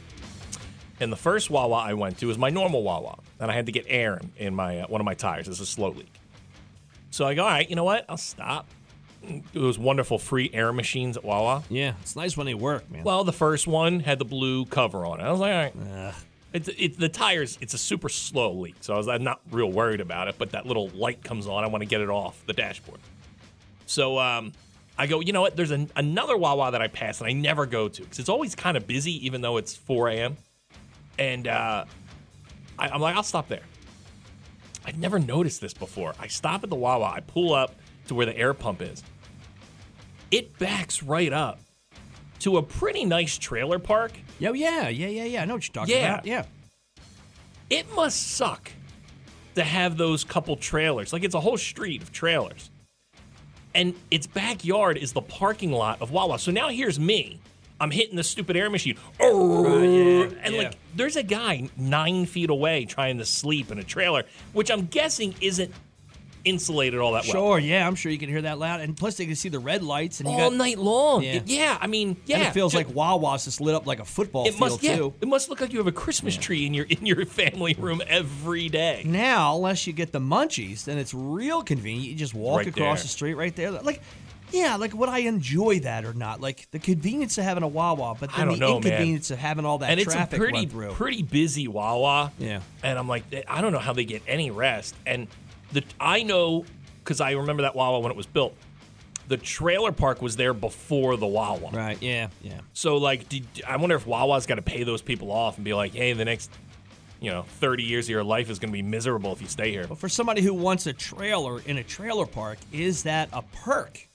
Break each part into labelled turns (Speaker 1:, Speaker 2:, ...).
Speaker 1: And the first Wawa I went to was my normal Wawa. And I had to get air in- in my uh, one of my tires. It's a slow leak. So I go, all right, you know what? I'll stop. Those wonderful free air machines at Wawa.
Speaker 2: Yeah, it's nice when they work, man.
Speaker 1: Well, the first one had the blue cover on it. I was like, all right. It's, it's the tires. It's a super slow leak, so I was I'm not real worried about it. But that little light comes on. I want to get it off the dashboard. So um, I go. You know what? There's an, another Wawa that I pass and I never go to because it's always kind of busy, even though it's 4 a.m. And uh, I, I'm like, I'll stop there. I've never noticed this before. I stop at the Wawa. I pull up to where the air pump is. It backs right up to a pretty nice trailer park.
Speaker 2: Yo, yeah, yeah, yeah, yeah. I know what you're talking
Speaker 1: Yeah.
Speaker 2: about. Yeah.
Speaker 1: it must suck to have those couple trailers. Like it's a whole street of trailers. And its backyard is the parking lot of Wawa. So now here's me. I'm hitting the stupid air machine. Oh, and
Speaker 2: yeah.
Speaker 1: like there's a guy nine feet away trying to sleep in a trailer, which I'm guessing isn't insulated all that well.
Speaker 2: Sure, yeah, I'm sure you can hear that loud. And plus, they can see the red lights, and you
Speaker 1: All
Speaker 2: got,
Speaker 1: night long.
Speaker 2: Yeah.
Speaker 1: Yeah. I mean, yeah.
Speaker 2: and it feels
Speaker 1: ju-
Speaker 2: like Wawa's just lit up like a football
Speaker 1: it
Speaker 2: field
Speaker 1: must yeah,
Speaker 2: too.
Speaker 1: it must look like you have a Christmas tree in your in your family room every day.
Speaker 2: Now, unless you get the munchies, then it's real convenient. You just walk
Speaker 1: Right
Speaker 2: across
Speaker 1: there.
Speaker 2: the street right there. Like, yeah, like would I enjoy that or not? Like the convenience of having a Wawa, but
Speaker 1: I
Speaker 2: then
Speaker 1: don't
Speaker 2: the
Speaker 1: know, man.
Speaker 2: inconvenience of having all that
Speaker 1: and it's a
Speaker 2: traffic
Speaker 1: pretty
Speaker 2: run through.
Speaker 1: pretty busy Wawa.
Speaker 2: Yeah.
Speaker 1: And I'm like, I don't know how they get any rest. And the I know because I remember that Wawa when it was built. The trailer park was there before the Wawa.
Speaker 2: right? Yeah, yeah.
Speaker 1: So like, did, I wonder if Wawa's got to pay those people off and be like, hey, the next, you know, 30 years of your life is going to be miserable if you stay here.
Speaker 2: But for somebody who wants a trailer in a trailer park, is that a perk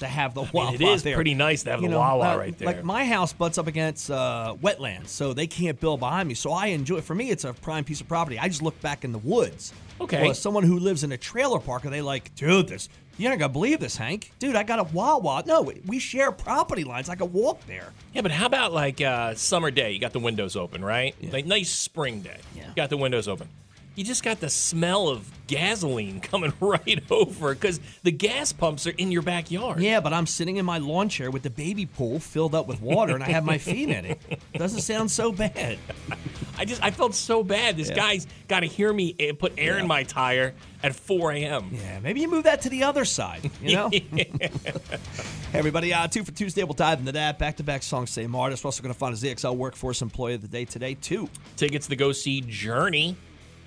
Speaker 2: to have the Wawa
Speaker 1: it is
Speaker 2: there?
Speaker 1: pretty nice to have the Wawa right there.
Speaker 2: Like my house butts up against uh, wetlands, so they can't build behind me. So I enjoy. For me, it's a prime piece of property. I just look back in the woods.
Speaker 1: Okay.
Speaker 2: Well, someone who lives in a trailer park, are they like, dude, this? You're not gonna believe this, Hank. Dude, I got a Wawa. No, we- we share property lines. I could walk there.
Speaker 1: Yeah, but how about like uh, summer day? You got the windows open, right? Like nice spring day.
Speaker 2: Yeah.
Speaker 1: You got the windows open. You just got the smell of gasoline coming right over because the gas pumps are in your backyard.
Speaker 2: Yeah, but I'm sitting in my lawn chair with the baby pool filled up with water, and I have my feet in it. Doesn't sound so bad.
Speaker 1: I just I felt so bad. This guy's got to hear me eh, put air in my tire at 4 a.m.
Speaker 2: Yeah, maybe you move that to the other side, you know? hey, everybody, uh, two for Tuesday. We'll dive into that. Back to back songs, same artist. We're also going to find a ZXL Workforce Employee of the Day today, too.
Speaker 1: Tickets to go see Journey.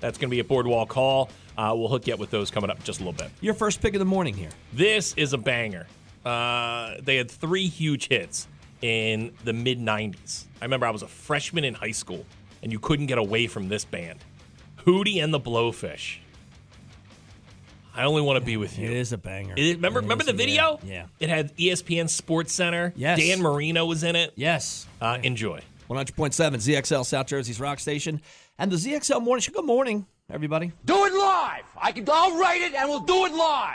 Speaker 1: That's going to be at Boardwalk Hall. Uh, we'll hook you up with those coming up in just a little bit.
Speaker 2: Your first pick of the morning here.
Speaker 1: This is a banger. Uh, they had three huge hits in the mid 90s. I remember I was a freshman in high school, and you couldn't get away from this band Hootie and the Blowfish. I only want to be with you.
Speaker 2: It is a banger.
Speaker 1: It is- remember,
Speaker 2: It
Speaker 1: remember
Speaker 2: is
Speaker 1: the
Speaker 2: a-
Speaker 1: video?
Speaker 2: Yeah. yeah.
Speaker 1: It had E ESPN Sports Center.
Speaker 2: Yes.
Speaker 1: Dan Marino was in it.
Speaker 2: Yes.
Speaker 1: Uh, enjoy.
Speaker 2: 100.7 ZXL South Jersey's Rock Station. And the ZXL Morning Show. Good morning, everybody.
Speaker 3: Do it live. I can. I'll write it, and we'll do it live.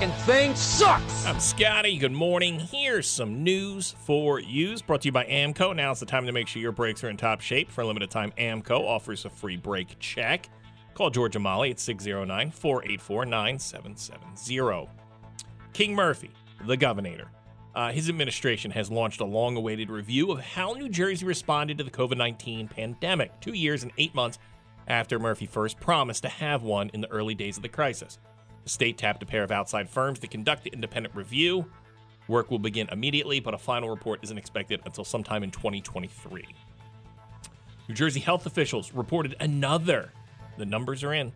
Speaker 3: And thing sucks.
Speaker 1: I'm Scotty. Good morning. Here's some news for yous brought to you by Amco. Now's the time to make sure your brakes are in top shape. For a limited time, Amco offers a free brake check. Call George Amali at 609 484 9770. King Murphy, the governor, uh, his administration has launched a long awaited review of how New Jersey responded to the COVID 19 pandemic, two years and eight months after Murphy first promised to have one in the early days of the crisis. The state tapped a pair of outside firms to conduct the independent review. Work will begin immediately, but a final report isn't expected until sometime in 2023. New Jersey health officials reported another. The numbers are in,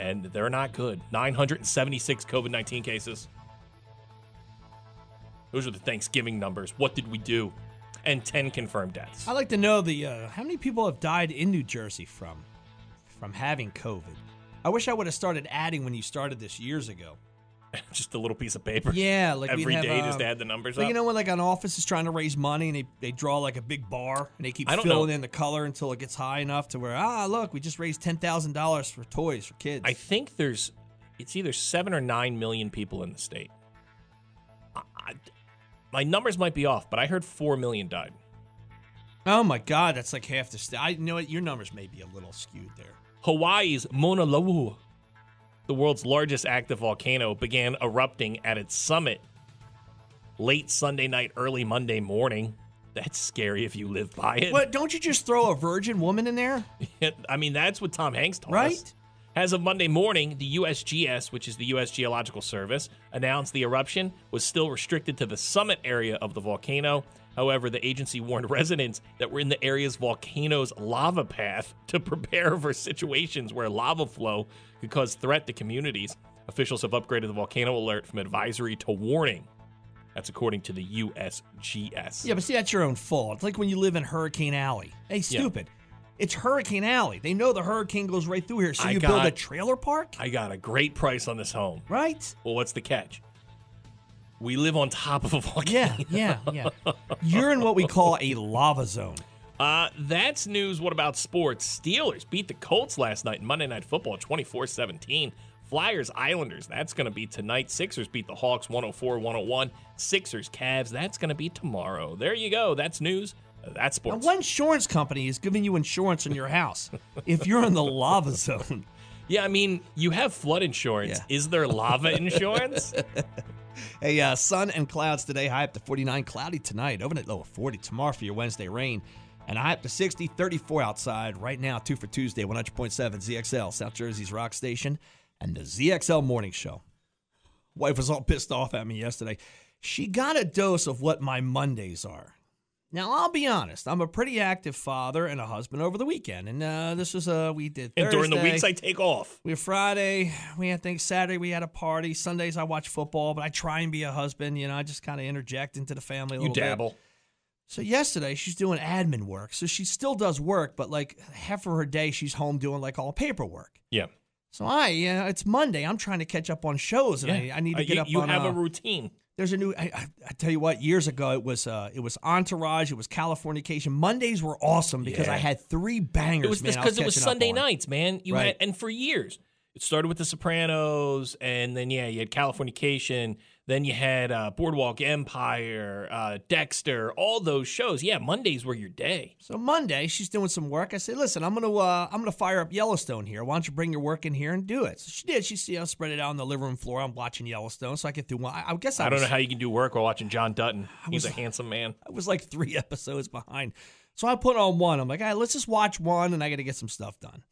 Speaker 1: and they're not good. 976 COVID 19 cases. Those are the Thanksgiving numbers. What did we do? And 10 confirmed deaths.
Speaker 2: I'd like to know the uh, how many people have died in New Jersey from from having COVID. I wish I would have started adding when you started this years ago.
Speaker 1: Just a little piece of paper.
Speaker 2: Yeah, like we'd
Speaker 1: every
Speaker 2: have,
Speaker 1: day, just
Speaker 2: um,
Speaker 1: to add the numbers
Speaker 2: Like,
Speaker 1: up.
Speaker 2: you know when like an office is trying to raise money and they, they draw like a big bar and they keep
Speaker 1: I don't
Speaker 2: filling
Speaker 1: know.
Speaker 2: in the color until it gets high enough to where ah look we just raised ten thousand dollars for toys for kids.
Speaker 1: I think there's it's either seven or nine million people in the state. I, I, my numbers might be off, but I heard four million died.
Speaker 2: oh my god, that's like half the state. I you know what your numbers may be a little skewed there.
Speaker 1: Hawaii's Mauna Loa, the world's largest active volcano, began erupting at its summit late Sunday night, early Monday morning. That's scary if you live by it.
Speaker 2: What don't you just throw a virgin woman in there?
Speaker 1: I mean, that's what Tom Hanks told us.
Speaker 2: Right?
Speaker 1: As of Monday morning, the USGS, which is the U.S. Geological Service, announced the eruption was still restricted to the summit area of the volcano. However, the agency warned residents that were in the area's volcano's lava path to prepare for situations where lava flow could cause threat to communities. Officials have upgraded the volcano alert from advisory to warning. That's according to the USGS.
Speaker 2: Yeah, but see that's your own fault. It's like when you live in Hurricane Alley. Hey, stupid. It's Hurricane Alley. They know the hurricane goes right through here, so
Speaker 1: I
Speaker 2: you build a
Speaker 1: got-
Speaker 2: trailer park,
Speaker 1: I got a great price on this home.
Speaker 2: right?
Speaker 1: Well, what's the catch? We live on top of a volcano.
Speaker 2: Yeah, yeah, yeah. You're in what we call a lava zone.
Speaker 1: Uh, that's news. What about sports? Steelers beat the Colts last night in Monday Night Football 24 17. Flyers, Islanders, that's going to be tonight. Sixers beat the Hawks 104 101. Sixers, Cavs, that's going to be tomorrow. There you go. That's news. That's
Speaker 2: Now,
Speaker 1: sports.
Speaker 2: what insurance company is giving you insurance on your house if you're in the lava zone?
Speaker 1: Yeah, I mean, you have flood insurance.
Speaker 2: Yeah.
Speaker 1: Is there lava insurance?
Speaker 2: Hey, uh, sun and clouds today, high up to 49, cloudy tonight, overnight low of 40 tomorrow for your Wednesday rain, and high up to 60, 34 outside right now, two for Tuesday, 100.7 ZXL, South Jersey's rock station, and the ZXL morning show. Wife was all pissed off at me yesterday. She got a dose of what my Mondays are. Now I'll be honest. I'm a pretty active father and a husband over the weekend, and uh, this was uh, we did.
Speaker 1: and during the
Speaker 2: Thursday.
Speaker 1: weeks I take off.
Speaker 2: We have Friday. We had things Saturday. We had a party. Sundays I watch football, but I try and be a husband. You know, I just kind of interject into the family a
Speaker 1: You
Speaker 2: little bit.
Speaker 1: dabble.
Speaker 2: So yesterday she's doing admin work. So she still does work, but like half of her day she's home doing like all paperwork.
Speaker 1: Yeah.
Speaker 2: So I, yeah, it's Monday. I'm trying to catch up on shows, and
Speaker 1: Yeah.
Speaker 2: I, I need to
Speaker 1: Uh,
Speaker 2: get
Speaker 1: you,
Speaker 2: up.
Speaker 1: You
Speaker 2: on,
Speaker 1: have
Speaker 2: uh,
Speaker 1: a routine.
Speaker 2: there's a new. I, I, I tell you what, years ago it was uh, it was Entourage, it was Californication. Mondays were awesome because
Speaker 1: Yeah.
Speaker 2: I had three bangers.
Speaker 1: It was
Speaker 2: man,
Speaker 1: just
Speaker 2: I was
Speaker 1: because it was
Speaker 2: catching up
Speaker 1: Sunday
Speaker 2: on.
Speaker 1: nights, man. You had
Speaker 2: Right.
Speaker 1: and for years it started with The Sopranos, and then yeah, you had Californication, then you had uh, Boardwalk Empire, uh, Dexter, all those shows. Yeah, Mondays were your day.
Speaker 2: So Monday, she's doing some work. I said, "Listen, I'm gonna uh, I'm gonna fire up Yellowstone here. Why don't you bring your work in here and do it?" So she did. She see I spread it out on the living room floor. I'm watching Yellowstone, so I get through one. I, I guess I,
Speaker 1: I don't
Speaker 2: was,
Speaker 1: know how you can do work while watching John Dutton. He's
Speaker 2: was-
Speaker 1: a handsome man.
Speaker 2: I was like three episodes behind. So I put on one. I'm like, all right, let's just watch one, and I got to get some stuff done.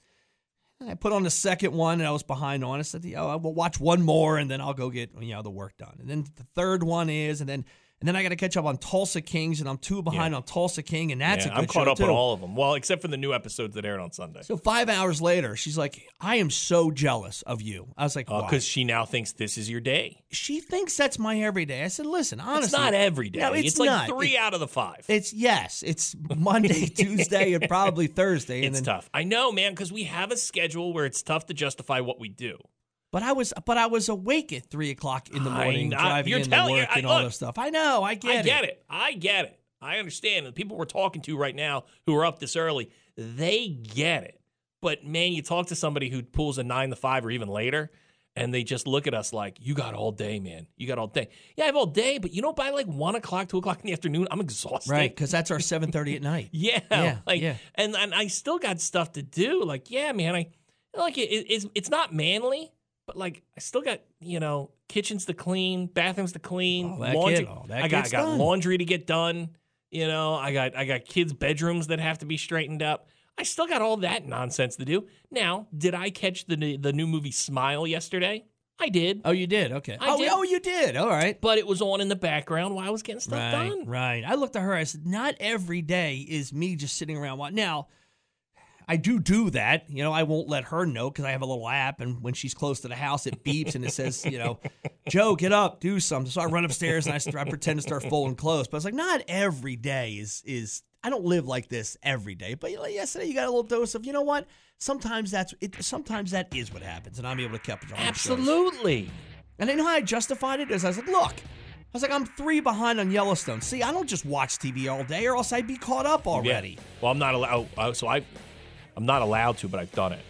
Speaker 2: And I put on the second one, and I was behind on. I said, oh, I will watch one more, and then I'll go get you know the work done. And then the third one is, and then and then I got to catch up on Tulsa Kings, and I'm two behind on Tulsa King, and that's
Speaker 1: Yeah,
Speaker 2: a good
Speaker 1: I'm caught
Speaker 2: show,
Speaker 1: up
Speaker 2: too.
Speaker 1: on all of them. Well, except for the new episodes that aired on Sunday.
Speaker 2: So five hours later, she's like, "I am so jealous of you." I was like,
Speaker 1: Because
Speaker 2: "Why?"
Speaker 1: Uh, she now thinks this is your day.
Speaker 2: she thinks that's my everyday. I said, "Listen, honestly,
Speaker 1: it's not every day.
Speaker 2: No, it's,
Speaker 1: like
Speaker 2: not.
Speaker 1: three
Speaker 2: It-
Speaker 1: out of the five.
Speaker 2: it's yes, it's Monday, Tuesday, and probably Thursday. And
Speaker 1: it's
Speaker 2: then,
Speaker 1: tough. I know, man, because we have a schedule where it's tough to justify what we do.
Speaker 2: But I was, but I was awake at three o'clock in the
Speaker 1: I
Speaker 2: morning,
Speaker 1: know.
Speaker 2: driving
Speaker 1: You're
Speaker 2: in to
Speaker 1: telling-
Speaker 2: work
Speaker 1: I-
Speaker 2: and all
Speaker 1: look,
Speaker 2: this stuff. I know, I get
Speaker 1: I
Speaker 2: it.
Speaker 1: get it. I get it. I understand. The people we're talking to right now who are up this early, they get it. But man, you talk to somebody who pulls a nine to five or even later, and they just look at us like, you got all day, man. You got all day. Yeah, I have all day, but you know, by like one o'clock, two o'clock in the afternoon, I'm exhausted.
Speaker 2: right? Because that's our seven thirty at night.
Speaker 1: Yeah.
Speaker 2: Yeah,
Speaker 1: Like,
Speaker 2: yeah.
Speaker 1: And, and I still got stuff to do. Like, yeah, man, I like it, it- it's, it's not manly, but like, I still got, you know, kitchens to clean, bathrooms to clean,
Speaker 2: All that
Speaker 1: laundry.
Speaker 2: get- all that
Speaker 1: I got, I
Speaker 2: gets
Speaker 1: got
Speaker 2: done.
Speaker 1: laundry to get done. You know, I got, I got kids' bedrooms that have to be straightened up. I still got all that nonsense to do. Now, did I catch the, new- the new movie Smile yesterday? I did,
Speaker 2: Oh, you did? Okay.
Speaker 1: I
Speaker 2: oh,
Speaker 1: did.
Speaker 2: oh, you did. All right.
Speaker 1: but it was on in the background while I was getting stuff
Speaker 2: right,
Speaker 1: done.
Speaker 2: Right. I looked at her. I said, "Not every day is me just sitting around." Watching. Now, I do do that. You know, I won't let her know because I have a little app, and when she's close to the house, it beeps and it says, you know, Joe, get up, do something. So I run upstairs and I, st- I pretend to start folding clothes. But it's like not every day is is I don't live like this every day. But you know, yesterday you got a little dose of you know what? Sometimes that's it. Sometimes that is what happens, and I'm able to keep it on.
Speaker 1: Absolutely.
Speaker 2: And I know how I justified it is I was like, look. I was like, I'm three behind on Yellowstone. See, I don't just watch TV all day, or else I'd be caught up already.
Speaker 1: Yeah. Well, I'm not allowed. Oh, so I, I'm not allowed to, but I've done it.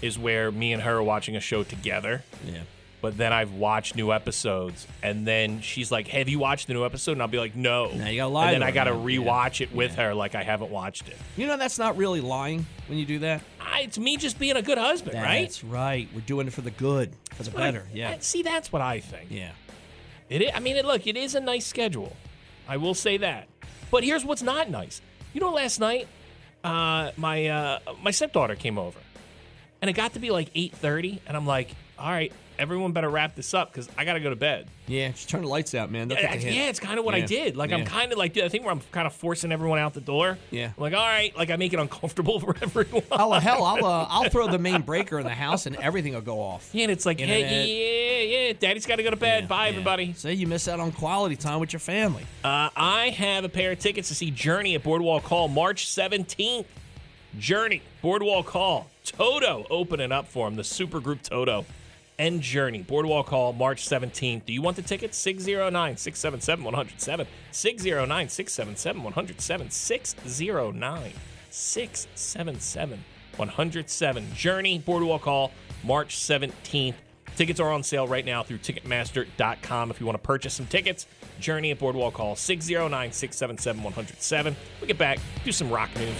Speaker 1: Is where me and her are watching a show together.
Speaker 2: Yeah.
Speaker 1: But then I've watched new episodes, and then she's like, "Have you watched the new episode?" And I'll be like, "No."
Speaker 2: Now you gotta lie
Speaker 1: And then
Speaker 2: to
Speaker 1: I
Speaker 2: her,
Speaker 1: gotta
Speaker 2: man.
Speaker 1: rewatch it with her, like I haven't watched it.
Speaker 2: You know that's not really lying when you do that,
Speaker 1: I, it's me just being a good husband, right?
Speaker 2: That's right. We're doing it for the good, for the
Speaker 1: What I-
Speaker 2: better. Yeah.
Speaker 1: that- see, that's what I think.
Speaker 2: Yeah.
Speaker 1: It. i- I mean, it, look, it is a nice schedule. I will say that. But here's what's not nice. You know, last night, uh, my uh, my stepdaughter came over, and it got to be like eight thirty, and I'm like, all right, everyone better wrap this up because I gotta go to bed.
Speaker 2: Yeah. Just turn the lights out, man. Don't
Speaker 1: Yeah,
Speaker 2: take the
Speaker 1: it's-
Speaker 2: hint.
Speaker 1: yeah, it's kind of what I
Speaker 2: Yeah.
Speaker 1: did. Like I'm
Speaker 2: Yeah.
Speaker 1: kind of like I think where I'm kind of forcing everyone out the door.
Speaker 2: Yeah.
Speaker 1: I'm like all right, like I make it uncomfortable for everyone.
Speaker 2: Oh well, hell, I'll uh, I'll throw the main breaker in the house and everything will go off.
Speaker 1: yeah, and it's like
Speaker 2: Internet.
Speaker 1: hey, yeah, yeah, daddy's got to go to bed. Bye,
Speaker 2: Yeah.
Speaker 1: everybody.
Speaker 2: Say you miss out on quality time with your family.
Speaker 1: Uh, I have a pair of tickets to see Journey at Boardwalk Hall March 17th. Journey, Boardwalk Hall, Toto opening up for him, the supergroup Toto and Journey, Boardwalk Hall March 17th. Do you want the tickets? 609 677 107. 609 677 107. 609 677 107. Journey, Boardwalk Hall March 17th. Tickets are on sale right now through Ticketmaster.com. If you want to purchase some tickets, Journey at Boardwalk Hall, 609 677 107. We get back, do some rock news.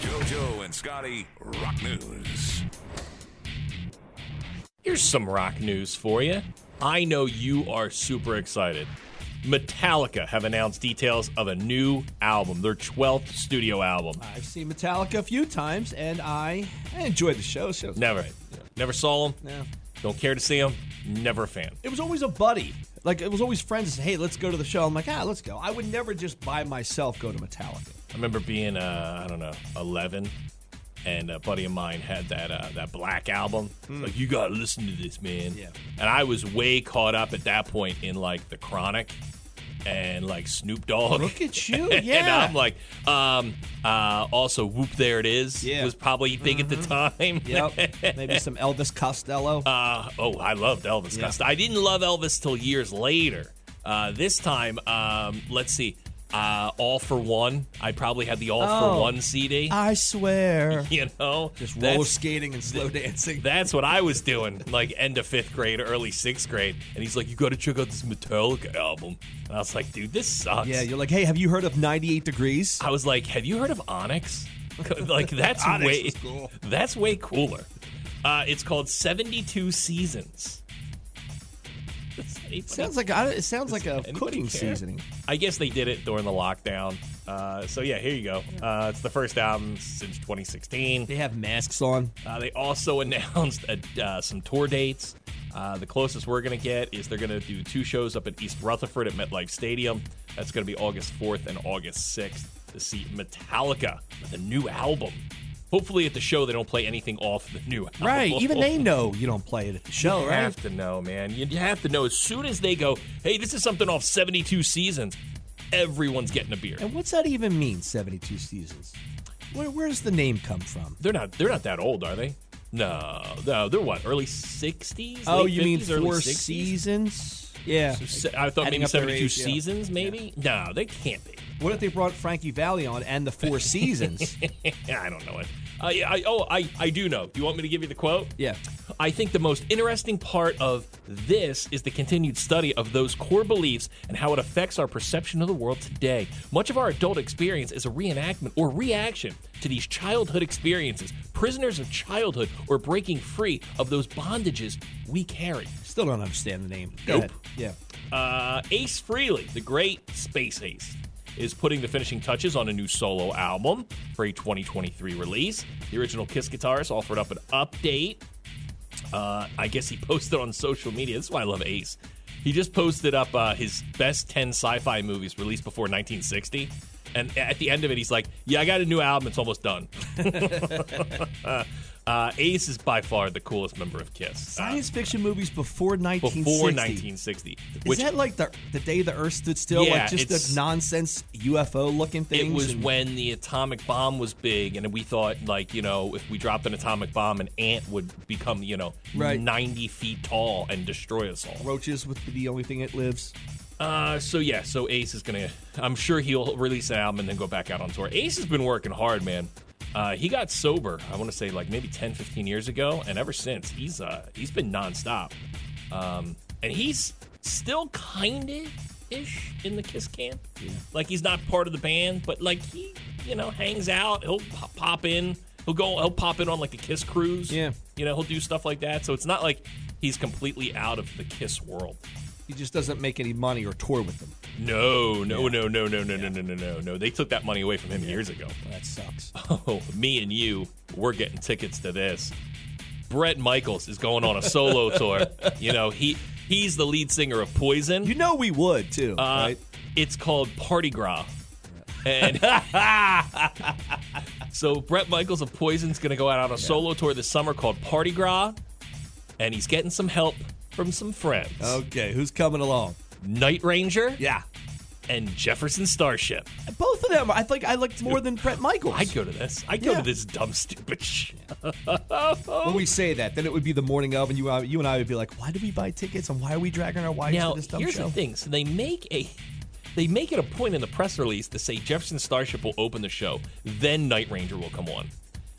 Speaker 4: JoJo and Scotty Rock News.
Speaker 1: Here's some rock news for you. I know you are super excited. Metallica have announced details of a new album, their 12th studio album.
Speaker 2: I've seen Metallica a few times and I, I enjoyed the show. So
Speaker 1: Never, never saw them,
Speaker 2: No.
Speaker 1: don't care to see them, never a fan.
Speaker 2: it was always a buddy. Like it was always friends. that said, Hey, let's go to the show. I'm like, ah, let's go. I would never just by myself go to Metallica.
Speaker 1: I remember being, uh, I don't know, 11, and a buddy of mine had that uh, that black album. It's Like, you gotta listen to this, man.
Speaker 2: Hmm. Yeah.
Speaker 1: And I was way caught up at that point in like the Chronic and like Snoop Dogg.
Speaker 2: Look at you,
Speaker 1: and
Speaker 2: yeah.
Speaker 1: I'm like, um, uh, also Whoop There It Is
Speaker 2: Yeah. Mm-hmm.
Speaker 1: was probably big at the time.
Speaker 2: Yep. Maybe some Elvis Costello.
Speaker 1: Uh, oh, I loved Elvis.
Speaker 2: Yeah.
Speaker 1: Costello. I didn't love Elvis till years later. Uh, this time, um, let's see. Uh, All for One. I probably had the All
Speaker 2: Oh.
Speaker 1: for One CD.
Speaker 2: I swear.
Speaker 1: you know,
Speaker 2: Just roller
Speaker 1: that's,
Speaker 2: skating and slow dancing.
Speaker 1: that's what I was doing, like end of fifth grade, early sixth grade. And he's like, "You got to check out this Metallica album." And I was like, "Dude, this sucks."
Speaker 2: yeah, you're like, hey, have you heard of 98 Degrees?
Speaker 1: I was like, "Have you heard of Onyx? like that's
Speaker 2: Onyx
Speaker 1: way
Speaker 2: was cool.
Speaker 1: that's way cooler." Uh, it's called Seventy Two Seasons. Does anybody-
Speaker 2: Sounds like I- it sounds like a
Speaker 1: anybody
Speaker 2: cooking
Speaker 1: care?
Speaker 2: seasoning.
Speaker 1: I guess they did it during the lockdown. Uh, so yeah, here you go. Uh, it's the first album since 2016.
Speaker 2: They have masks on.
Speaker 1: Uh, they also announced a, uh, some tour dates. Uh, the closest we're going to get is they're going to do two shows up at East Rutherford at MetLife Stadium. That's going to be August 4th and August 6th to see Metallica with a new album. Hopefully, at the show, they don't play anything off the new album.
Speaker 2: Right. Even they know Oh. you don't play it at the show,
Speaker 1: You
Speaker 2: right?
Speaker 1: have to know, man. You have to know. As soon as they go, hey, this is something off 72 seasons, everyone's getting a beer.
Speaker 2: And what's that even mean, 72 seasons? Where, where does the name come from?
Speaker 1: They're not. They're not that old, are they? No, no. They're what? Early 60s.
Speaker 2: oh,
Speaker 1: Late
Speaker 2: you mean
Speaker 1: 50s, early
Speaker 2: four
Speaker 1: 60s?
Speaker 2: seasons? Yeah.
Speaker 1: Se- I thought
Speaker 2: Adding
Speaker 1: maybe
Speaker 2: up their
Speaker 1: 72
Speaker 2: age, yeah.
Speaker 1: seasons, maybe? No, they can't be.
Speaker 2: What if they brought Frankie Valley on and the Four Seasons?
Speaker 1: I don't know it. Uh, yeah, I, oh, I, I do know. Do you want me to give you the quote?
Speaker 2: yeah.
Speaker 1: I think the most interesting part of this is the continued study of those core beliefs and how it affects our perception of the world today. Much of our adult experience is a reenactment or reaction to these childhood experiences, prisoners of childhood, or breaking free of those bondages we carry.
Speaker 2: Still don't understand the name. Go
Speaker 1: Nope.
Speaker 2: ahead. Yeah.
Speaker 1: Uh, Ace Freely, the great Space Ace, is putting the finishing touches on a new solo album for a 2023 release. The original Kiss guitarist offered up an update. Uh, I guess he posted on social media. This is why I love Ace. He just posted up uh, his best 10 sci fi movies released before 1960. And at the end of it, he's like, "Yeah, I got a new album. It's almost done." uh, Ace is by far the coolest member of Kiss. Uh,
Speaker 2: Science fiction movies before 1960.
Speaker 1: before 1960,
Speaker 2: Is
Speaker 1: which
Speaker 2: that like the the day the Earth stood still?
Speaker 1: Yeah,
Speaker 2: like just
Speaker 1: it's-
Speaker 2: the nonsense UFO looking things.
Speaker 1: it was
Speaker 2: and-
Speaker 1: when the atomic bomb was big, and we thought, like, you know, if we dropped an atomic bomb, an ant would become, you know,
Speaker 2: Right.
Speaker 1: 90 feet tall and destroy us all.
Speaker 2: roaches would be the only thing that lives.
Speaker 1: Uh, so yeah, so Ace is gonna. I'm sure he'll release an album and then go back out on tour. Ace has been working hard, man. Uh, he got sober. I want to say like maybe 10, 15 years ago, and ever since he's uh he's been nonstop. Um, and he's still kinda ish in the Kiss camp. Like he's not part of the band, but like he you know hangs out. He'll po- pop in. He'll go. He'll pop in on like the Kiss cruise.
Speaker 2: Yeah.
Speaker 1: You know he'll do stuff like that. So it's not like he's completely out of the Kiss world.
Speaker 2: He just doesn't make any money or tour with them.
Speaker 1: No, no, no, no, no, no, no, no, no, no, no. They took that money away from him years ago.
Speaker 2: That sucks.
Speaker 1: Oh, me and you, we're getting tickets to this. Brett Michaels is going on a solo tour. You know, he he's the lead singer of Poison.
Speaker 2: You know we would too,
Speaker 1: Uh,
Speaker 2: right?
Speaker 1: It's called Party Gras. And so Brett Michaels of Poison's going to go out on a solo tour this summer called Party Gras, and he's getting some help from some friends.
Speaker 2: Okay, who's coming along?
Speaker 1: Night Ranger
Speaker 2: Oh. Yeah,
Speaker 1: and Jefferson Starship.
Speaker 2: both of them. I think I liked more than Brett Michaels.
Speaker 1: I'd go to this. I'd go
Speaker 2: Yeah.
Speaker 1: to this dumb, stupid shit.
Speaker 2: when we say that, then it would be the morning of, and you, uh, you and I would be like, "Why did we buy tickets? And why are we dragging our wives
Speaker 1: Now,
Speaker 2: to this dumb
Speaker 1: here's
Speaker 2: show?"
Speaker 1: the thing. So they make a, they make it a point in the press release to say Jefferson Starship will open the show, then Night Ranger will come on.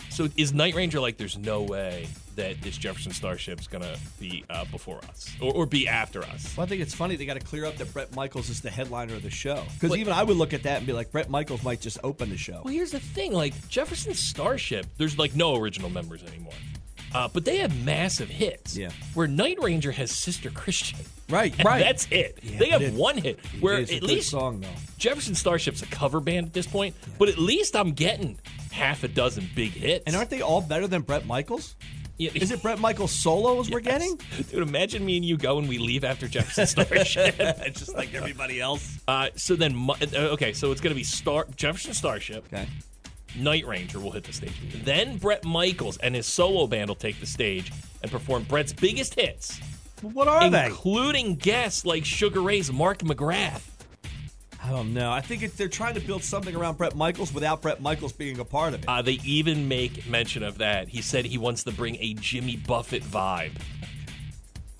Speaker 1: So is Night Ranger like? There's no way that this Jefferson Starship's gonna be uh, before us or, or be after us.
Speaker 2: Well, I think it's funny they got to clear up that Brett Michaels is the headliner of the show. Because
Speaker 1: But-
Speaker 2: even I would look at that and be like, Brett Michaels might just open the show.
Speaker 1: Well, here's the thing. Like Jefferson Starship, there's like no original members anymore. Uh, but they have massive hits.
Speaker 2: Yeah.
Speaker 1: Where Night Ranger has Sister Christian.
Speaker 2: Right,
Speaker 1: And
Speaker 2: right.
Speaker 1: That's it.
Speaker 2: Yeah,
Speaker 1: they
Speaker 2: but
Speaker 1: have
Speaker 2: it-
Speaker 1: one hit.
Speaker 2: It
Speaker 1: Where
Speaker 2: is a
Speaker 1: at
Speaker 2: good
Speaker 1: least
Speaker 2: song though.
Speaker 1: Jefferson Starship's a cover band at this point, but at least I'm getting half a dozen big hits.
Speaker 2: And aren't they all better than Brett Michaels?
Speaker 1: Yeah.
Speaker 2: Is it Brett Michaels solos we're getting?
Speaker 1: Dude, imagine me and you go and we leave after Jefferson Starship. just like everybody else. Uh, so then, mu- uh, okay, so it's going to be Star Jefferson Starship.
Speaker 2: Okay.
Speaker 1: Night Ranger will hit the stage. Then Brett Michaels and his solo band will take the stage and perform Brett's biggest hits,
Speaker 2: Well, what are they?
Speaker 1: including guests like Sugar Ray's Mark McGrath.
Speaker 2: I don't know. I think it's, they're trying to build something around Brett Michaels without Brett Michaels being a part of it.
Speaker 1: Uh, they even make mention of that. He said he wants to bring a Jimmy Buffett vibe.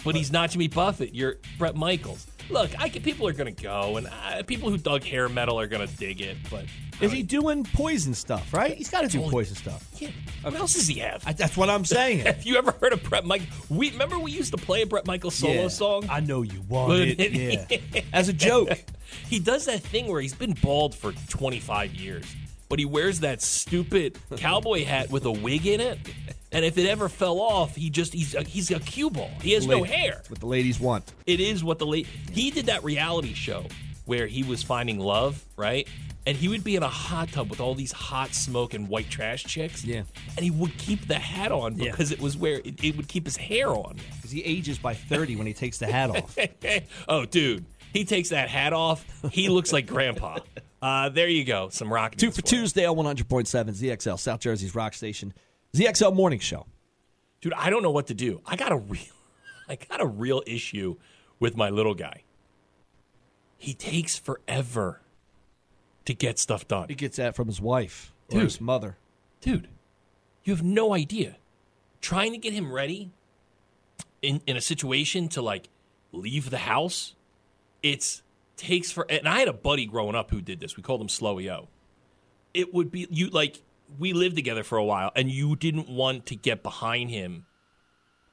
Speaker 1: But he's not Jimmy Buffett. You're Brett Michaels. Look, I can, people are going to go, and uh, people who dug hair metal are going to dig it. But
Speaker 2: Is he doing poison stuff? Right? He's got to do
Speaker 1: Totally.
Speaker 2: poison stuff.
Speaker 1: Yeah, what else does he have?
Speaker 2: I, that's what I'm saying.
Speaker 1: have you ever heard of Brett Michaels? We remember we used to play a Brett Michaels solo
Speaker 2: Yeah.
Speaker 1: song.
Speaker 2: I know you want it.
Speaker 1: But-
Speaker 2: Yeah. As a joke.
Speaker 1: He does that thing where he's been bald for 25 years, but he wears that stupid cowboy hat with a wig in it. And if it ever fell off, he just he's a, he's a cue ball. He has no
Speaker 2: Lady-
Speaker 1: hair.
Speaker 2: What the ladies want.
Speaker 1: It is what the late he did that reality show where he was finding love, right? And he would be in a hot tub with all these hot smoke and white trash chicks.
Speaker 2: Yeah.
Speaker 1: And he would keep the hat on
Speaker 2: Yeah.
Speaker 1: because it was where it, it would keep his hair on.
Speaker 2: Because he ages by 30 when he takes the hat off.
Speaker 1: oh, dude, he takes that hat off. He looks like grandpa. Uh, there you go. Some rock.
Speaker 2: Two
Speaker 1: news
Speaker 2: for
Speaker 1: you.
Speaker 2: Tuesday on 100.7 ZXL, South Jersey's rock station. ZXL Morning Show.
Speaker 1: dude. I don't know what to do. I got a real, I got a real issue with my little guy. He takes forever to get stuff done,
Speaker 2: He gets that from his wife or
Speaker 1: Dude.
Speaker 2: his mother.
Speaker 1: dude. You have no idea. Trying to get him ready in in a situation to like leave the house, it's takes for. And I had a buddy growing up who did this. We called him Slowy O. it would be you like we lived together for a while and you didn't want to get behind him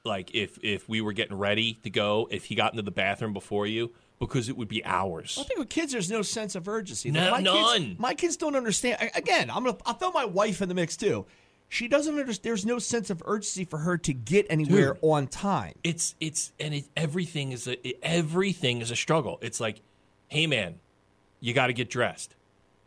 Speaker 1: like if if we were getting ready to go if he got into the bathroom before you because it would be
Speaker 2: I
Speaker 1: hours
Speaker 2: think with kids, there's no sense of urgency.
Speaker 1: No-
Speaker 2: my
Speaker 1: none.
Speaker 2: Kids, my kids don't understand. I- Again, I'm gonna I'll throw my wife in the mix too. She doesn't understand. There's no sense of urgency for her to get anywhere
Speaker 1: Dude.
Speaker 2: on time.
Speaker 1: it's it's and it, everything is a it- everything is a struggle it's like hey man you got to get dressed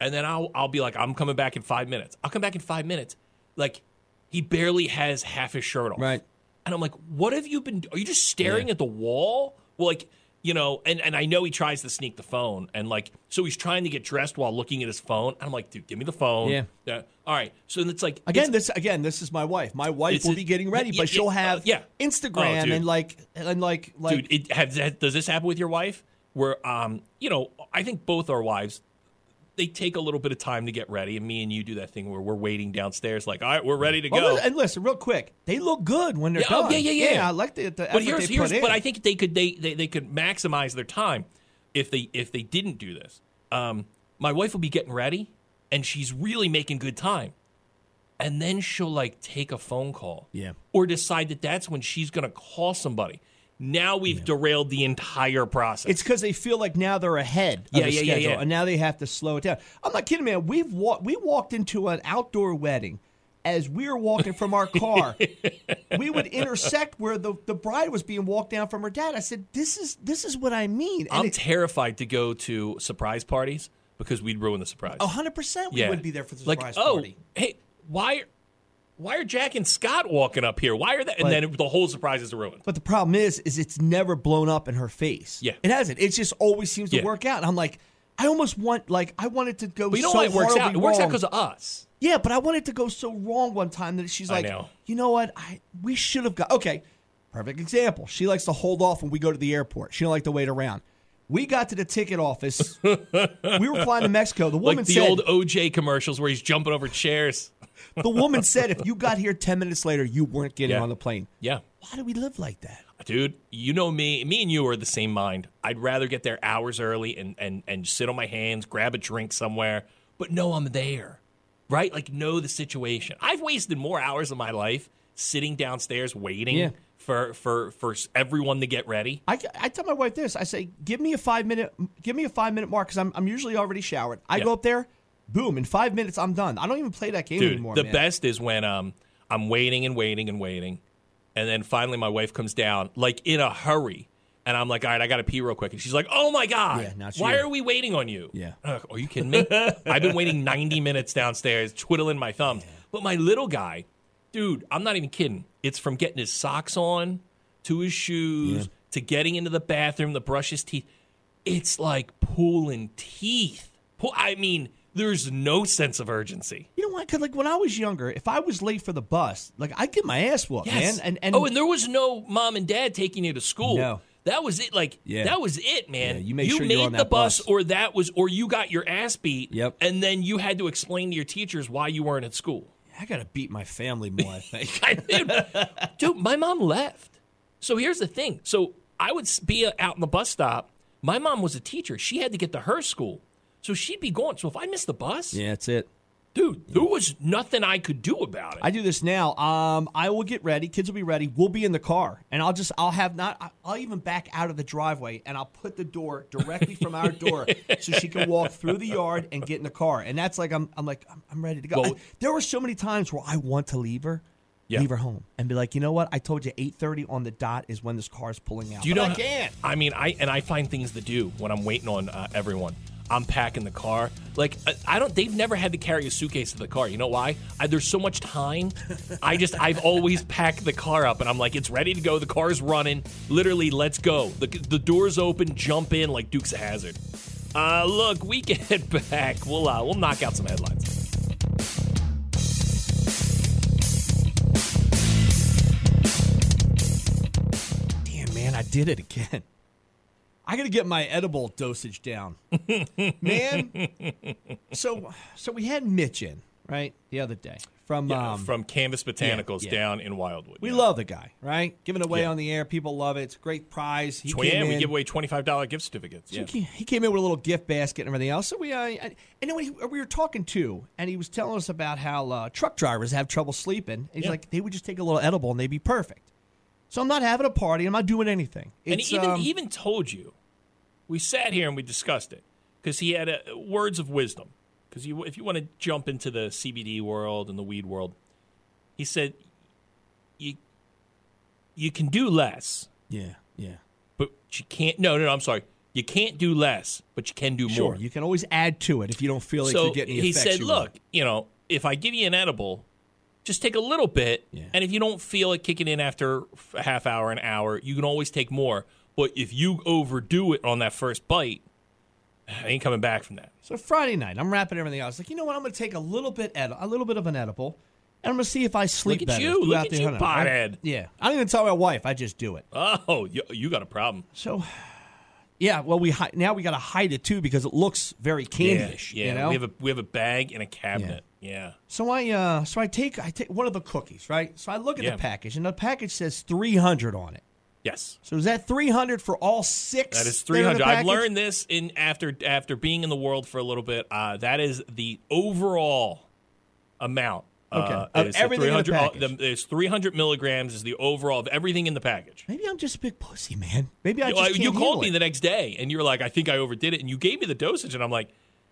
Speaker 1: and then i'll i'll be like i'm coming back in 5 minutes i'll come back in 5 minutes like he barely has half his shirt off
Speaker 2: Right.
Speaker 1: And I'm like, what have you been? Are you just staring at the wall? Well, like, you know, and, and I know he tries to sneak the phone, and like, so he's trying to get dressed while looking at his phone. I'm like, dude, give me the phone.
Speaker 2: Yeah.
Speaker 1: all right. So then it's like
Speaker 2: Again,
Speaker 1: it's-
Speaker 2: this again, this is my wife. My wife
Speaker 1: This
Speaker 2: will
Speaker 1: is-
Speaker 2: be getting ready,
Speaker 1: yeah,
Speaker 2: but she'll
Speaker 1: yeah, uh,
Speaker 2: have
Speaker 1: yeah. Oh,
Speaker 2: Instagram
Speaker 1: dude.
Speaker 2: and like and like like
Speaker 1: dude, it, have, that- does this happen with your wife? Where, um, you know, I think both our wives, they take a little bit of time to get ready, and me and you do that thing where we're waiting downstairs, like, all right, we're ready to
Speaker 2: Well,
Speaker 1: go.
Speaker 2: listen- and listen, real quick, they look good when they're
Speaker 1: Yeah, oh,
Speaker 2: done.
Speaker 1: yeah, yeah, yeah.
Speaker 2: I like the, the effort
Speaker 1: but here's
Speaker 2: they
Speaker 1: here's
Speaker 2: put in.
Speaker 1: but I think they could they, they they could maximize their time if they if they didn't do this. Um, my wife will be getting ready, and she's really making good time, and then she'll like take a phone call,
Speaker 2: Yeah.
Speaker 1: or decide that that's when she's gonna call somebody. Now we've derailed the entire process.
Speaker 2: It's because they feel like now they're ahead of
Speaker 1: Yeah,
Speaker 2: the
Speaker 1: yeah, yeah,
Speaker 2: schedule,
Speaker 1: yeah.
Speaker 2: and now they have to slow it down. I'm not kidding, man. We've wa- we walked into an outdoor wedding. As we were walking from our car, we would intersect where the, the bride was being walked down from her dad. I said, "This is this is what I mean."
Speaker 1: I'm
Speaker 2: And it-
Speaker 1: terrified to go to surprise parties because we'd ruin the surprise.
Speaker 2: a hundred percent. Oh, We would be there for the
Speaker 1: Like,
Speaker 2: surprise
Speaker 1: oh,
Speaker 2: party.
Speaker 1: Hey, why? Why are Jack and Scott walking up here? Why are that? And
Speaker 2: Like-
Speaker 1: then it- the whole surprise is ruined.
Speaker 2: But the problem is, is it's never blown up in her face.
Speaker 1: Yeah.
Speaker 2: it hasn't. It just always seems to
Speaker 1: Yeah.
Speaker 2: work out. And I'm like, I almost want like I want it to go.
Speaker 1: But you know
Speaker 2: so
Speaker 1: why it works out?
Speaker 2: horribly
Speaker 1: It works out
Speaker 2: wrong.
Speaker 1: because of us.
Speaker 2: Yeah, but I wanted to go so wrong one time that she's
Speaker 1: I
Speaker 2: like,
Speaker 1: know.
Speaker 2: you know what? I we should have got okay. Perfect example. She likes to hold off when we go to the airport. She don't like to wait around. We got to the ticket office. we were flying to Mexico. The woman
Speaker 1: Like the
Speaker 2: said,
Speaker 1: old OJ commercials where he's jumping over chairs.
Speaker 2: "The woman said, if you got here ten minutes later, you weren't getting
Speaker 1: Yeah.
Speaker 2: on the plane."
Speaker 1: Yeah.
Speaker 2: Why do we live like that?
Speaker 1: Dude, you know me. Me and you are the same mind. I'd rather get there hours early and, and, and sit on my hands, grab a drink somewhere, but know I'm there, right? Like, know the situation. I've wasted more hours of my life sitting downstairs waiting
Speaker 2: Yeah.
Speaker 1: for, for, for everyone to get ready.
Speaker 2: I, I tell my wife this. I say, give me a five minute, give me a five minute mark because I'm, I'm usually already showered. I
Speaker 1: Yeah.
Speaker 2: go up there, boom, in five minutes I'm done. I don't even play that game
Speaker 1: Dude,
Speaker 2: anymore.
Speaker 1: the
Speaker 2: man.
Speaker 1: best is when um I'm waiting and waiting and waiting, and then finally my wife comes down like in a hurry, and I'm like, all right, I got to pee real quick, and she's like, oh my god,
Speaker 2: Yeah, not
Speaker 1: why
Speaker 2: you.
Speaker 1: are we waiting on you?
Speaker 2: Yeah.
Speaker 1: I'm like, are you kidding me? I've been waiting 90 minutes downstairs, twiddling my thumbs. But my little guy, dude, I'm not even kidding. It's from getting his socks on to his shoes to getting into the bathroom to brush his teeth. It's like pulling teeth. Pull, I mean, there's no sense of urgency.
Speaker 2: You know what? Cause like when I was younger, if I was late for the bus, like I'd get my ass whooped,
Speaker 1: Yes.
Speaker 2: man. And and
Speaker 1: oh, and there was no mom and dad taking you to school.
Speaker 2: No.
Speaker 1: That was it. Like
Speaker 2: Yeah.
Speaker 1: that was it, man.
Speaker 2: Yeah, you make sure
Speaker 1: made
Speaker 2: you're on
Speaker 1: the
Speaker 2: that
Speaker 1: bus,
Speaker 2: bus.
Speaker 1: or that was, or you got your ass beat.
Speaker 2: Yep.
Speaker 1: And then you had to explain to your teachers why you weren't at school.
Speaker 2: I gotta beat my family more. I think.
Speaker 1: I- dude, dude, my mom left. So here's the thing. So I would s- be uh, out in the bus stop. My mom was a teacher. She had to get to her school, so she'd be gone. So if I missed the bus,
Speaker 2: that's it.
Speaker 1: dude, there was nothing I could do about it.
Speaker 2: I do this now. Um, I will get ready. Kids will be ready. We'll be in the car, and I'll just I'll have not. I- I'll even back out of the driveway, and I'll put the door directly from our door, so she can walk through the yard and get in the car. And that's like I'm I'm like I'm, I'm ready to go.
Speaker 1: Well-
Speaker 2: there were so many times where I want to leave her.
Speaker 1: Yeah.
Speaker 2: Leave her home and be like, you know what? I told you, eight thirty on the dot is when this car's pulling out.
Speaker 1: Do you know?
Speaker 2: But I
Speaker 1: how-
Speaker 2: can't.
Speaker 1: I mean, I and I find things to do when I'm waiting on uh, everyone. I'm packing the car. Like uh, I, I don't. They've never had to carry a suitcase to the car. You know why? I, there's so much time. I just I've always packed the car up, and I'm like, it's ready to go. The car's running. Literally, let's go. The the doors open. Jump in like Dukes of Hazard. Uh, look, we get back. We'll uh, we'll knock out some headlines.
Speaker 2: Damn, man, I did it again. I gotta get my edible dosage down, man. So, so we had Mitch in right the other day from um,
Speaker 1: From Canvas Botanicals
Speaker 2: yeah.
Speaker 1: down in Wildwood.
Speaker 2: we
Speaker 1: Yeah.
Speaker 2: love the guy, right? Giving away
Speaker 1: Yeah.
Speaker 2: on the air, people love it. It's a great prize. He
Speaker 1: Tw-
Speaker 2: came
Speaker 1: yeah, we
Speaker 2: in-
Speaker 1: give away twenty five dollar gift certificates.
Speaker 2: so
Speaker 1: Yeah.
Speaker 2: he came- He came in with a little gift basket and everything else. So we, uh, and then we, we were talking to, and he was telling us about how uh, truck drivers have trouble sleeping. And he's
Speaker 1: Yeah.
Speaker 2: like, they would just take a little edible and they'd be perfect. So I'm not having a party. I'm not doing anything.
Speaker 1: and
Speaker 2: It's,
Speaker 1: he even
Speaker 2: um,
Speaker 1: he even told you. We sat here and we discussed it because he had uh words of wisdom. Because you, if you want to jump into the CBD world and the weed world, he said, "You you can do less,
Speaker 2: yeah, yeah.
Speaker 1: but you can't. No, no, no. I'm sorry. You can't do less, but you can do
Speaker 2: Sure,
Speaker 1: more.
Speaker 2: you can always add to it if you don't feel like
Speaker 1: so
Speaker 2: you're getting the
Speaker 1: he
Speaker 2: effects
Speaker 1: said,
Speaker 2: you
Speaker 1: "Look,
Speaker 2: want."
Speaker 1: you know, if I give you an edible." Just take a little bit,
Speaker 2: Yeah.
Speaker 1: and if you don't feel it kicking in after a half hour, an hour, you can always take more. But if you overdo it on that first bite, I ain't coming back from that.
Speaker 2: So Friday night, I'm wrapping everything up. I was like, you know what? I'm going to take a little bit ed- a little bit of an edible, and I'm going to see if I sleep
Speaker 1: at
Speaker 2: better
Speaker 1: you. Look
Speaker 2: throughout
Speaker 1: at
Speaker 2: the
Speaker 1: you,
Speaker 2: hunt. I-
Speaker 1: pothead.
Speaker 2: Yeah, I don't even tell my wife. I just do it.
Speaker 1: Oh, you, you got a problem.
Speaker 2: So, yeah. Well, we hi- now we got to hide it too because it looks very candyish.
Speaker 1: yeah.
Speaker 2: you know?
Speaker 1: We have a we have a bag and a cabinet. Yeah.
Speaker 2: So I uh so I take I take one of the cookies, right? So I look at
Speaker 1: Yeah.
Speaker 2: the package and the package says 300 on it.
Speaker 1: Yes.
Speaker 2: So is that 300 for all six?
Speaker 1: That is
Speaker 2: that are in the
Speaker 1: 300. I've
Speaker 2: package?
Speaker 1: learned this in after after being in the world for a little bit. Uh, that is the overall amount.
Speaker 2: Okay.
Speaker 1: Uh,
Speaker 2: Of
Speaker 1: is
Speaker 2: everything in the
Speaker 1: 300 uh,
Speaker 2: package.
Speaker 1: the- It's 300 milligrams is the overall of everything in the package.
Speaker 2: Maybe I'm just a big pussy, man. Maybe I
Speaker 1: You,
Speaker 2: just
Speaker 1: uh,
Speaker 2: can't
Speaker 1: you
Speaker 2: handle
Speaker 1: called me
Speaker 2: it.
Speaker 1: the next day and you were like, I think I overdid it. And you gave me the dosage. And I'm like,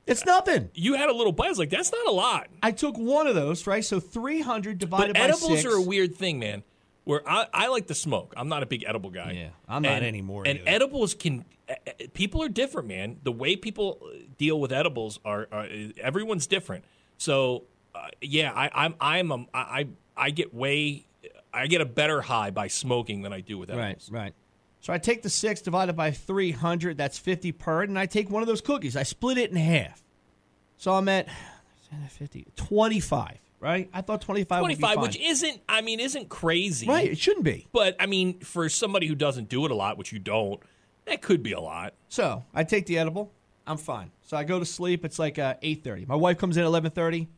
Speaker 2: It's nothing.
Speaker 1: you had a little bite. I was like, that's not a lot.
Speaker 2: I took one of those, right? So 300 divided
Speaker 1: But
Speaker 2: by
Speaker 1: edibles
Speaker 2: six.
Speaker 1: are a weird thing, man. Where I, I like to smoke. I'm not a big edible guy.
Speaker 2: Yeah, I'm not anymore
Speaker 1: And
Speaker 2: either.
Speaker 1: edibles can eh, eh, people are different, man. The way people uh, deal with edibles are, are everyone's different. So uh, yeah, I, I'm I'm um, I I I get way I get a better high by smoking than I do with
Speaker 2: Right,
Speaker 1: edibles.
Speaker 2: right. So I take the six divided by 300, that's 50 per, and I take one of those cookies. I split it in half. So I'm at 50, 25, right? I thought 25 would be
Speaker 1: 25,
Speaker 2: fine.
Speaker 1: which isn't I mean isn't crazy.
Speaker 2: Right, it shouldn't be.
Speaker 1: But I mean, for somebody who doesn't do it a lot, which you don't, that could be a lot.
Speaker 2: So I take the edible. I'm fine. So I go to sleep. It's like uh, 8.30. My wife comes in at 11.30.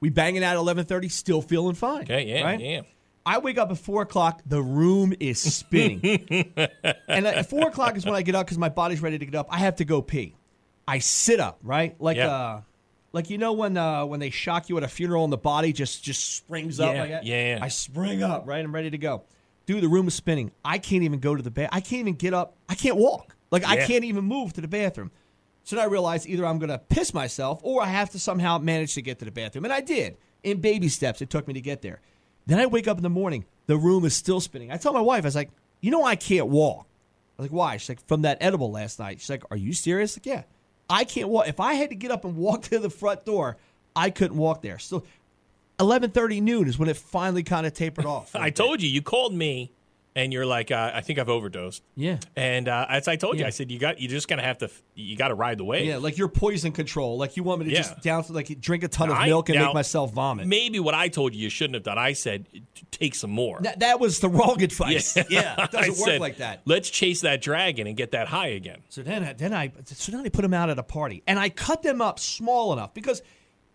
Speaker 2: We bang it out at 11.30, still feeling fine.
Speaker 1: Okay, yeah,
Speaker 2: right?
Speaker 1: yeah.
Speaker 2: I wake up at four o'clock. The room is spinning, and at four o'clock is when I get up because my body's ready to get up. I have to go pee. I sit up, right? Like
Speaker 1: Yeah.
Speaker 2: uh, like you know when uh when they shock you at a funeral and the body just just springs up.
Speaker 1: Yeah,
Speaker 2: like that?
Speaker 1: yeah, yeah.
Speaker 2: I spring up, right? I'm ready to go. Dude, the room is spinning. I can't even go to the bed. I can't even get up. I can't walk. Like I
Speaker 1: Yeah.
Speaker 2: can't even move to the bathroom. So then I realized either I'm going to piss myself or I have to somehow manage to get to the bathroom. And I did. In baby steps, it took me to get there. Then I wake up in the morning. The room is still spinning. I tell my wife, I was like, you know, I can't walk. I was like, why? She's like, from that edible last night. She's like, are you serious? Like, yeah. I can't walk. If I had to get up and walk to the front door, I couldn't walk there. So 11.30 noon is when it finally kind of tapered off.
Speaker 1: I told you, you called me, and you're like, uh, I think I've overdosed.
Speaker 2: Yeah.
Speaker 1: And uh, as I told you,
Speaker 2: Yeah.
Speaker 1: I said you got you're just gonna have to f- you got to ride the wave.
Speaker 2: Yeah, like your poison control. Like you want me to
Speaker 1: Yeah.
Speaker 2: just down, like drink a ton of
Speaker 1: I-
Speaker 2: milk and
Speaker 1: now,
Speaker 2: make myself vomit.
Speaker 1: Maybe what I told you you shouldn't have done. I said "T- take some more.
Speaker 2: That, that was the wrong advice. Yeah, it
Speaker 1: I
Speaker 2: doesn't work
Speaker 1: said,
Speaker 2: like that.
Speaker 1: Let's chase that dragon and get that high again.
Speaker 2: So then, I- then I so then I put them out at a party, and I cut them up small enough because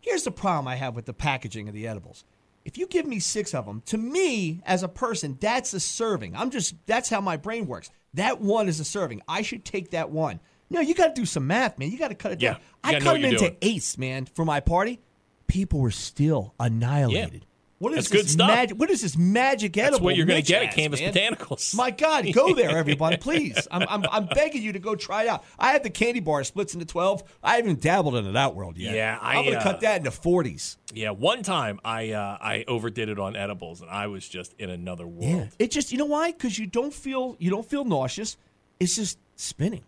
Speaker 2: here's the problem I have with the packaging of the edibles. If you give me six of them, to me as a person, that's a serving. I'm just that's how my brain works. That one is a serving. I should take that one. No, you got to do some math, man. You got to cut it
Speaker 1: Yeah,
Speaker 2: down.
Speaker 1: you
Speaker 2: I
Speaker 1: gotta know
Speaker 2: cut
Speaker 1: what
Speaker 2: them
Speaker 1: you're
Speaker 2: into
Speaker 1: doing.
Speaker 2: eights, man, for my party. People were still annihilated. What is
Speaker 1: That's
Speaker 2: this
Speaker 1: good stuff.
Speaker 2: magi- what is this magic edible?
Speaker 1: That's what you're gonna
Speaker 2: Mitch
Speaker 1: get at
Speaker 2: has,
Speaker 1: Canvas
Speaker 2: man?
Speaker 1: Botanicals.
Speaker 2: My God, go there, everybody, please. I'm, I'm, I'm begging you to go try it out. I have the candy bar splits into 12. I haven't dabbled into that world yet.
Speaker 1: Yeah, I,
Speaker 2: am going to
Speaker 1: uh,
Speaker 2: cut that into 40s.
Speaker 1: Yeah, one time I uh, I overdid it on edibles, and I was just in another world.
Speaker 2: It just, you know why? Because you don't feel you don't feel nauseous. It's just spinning.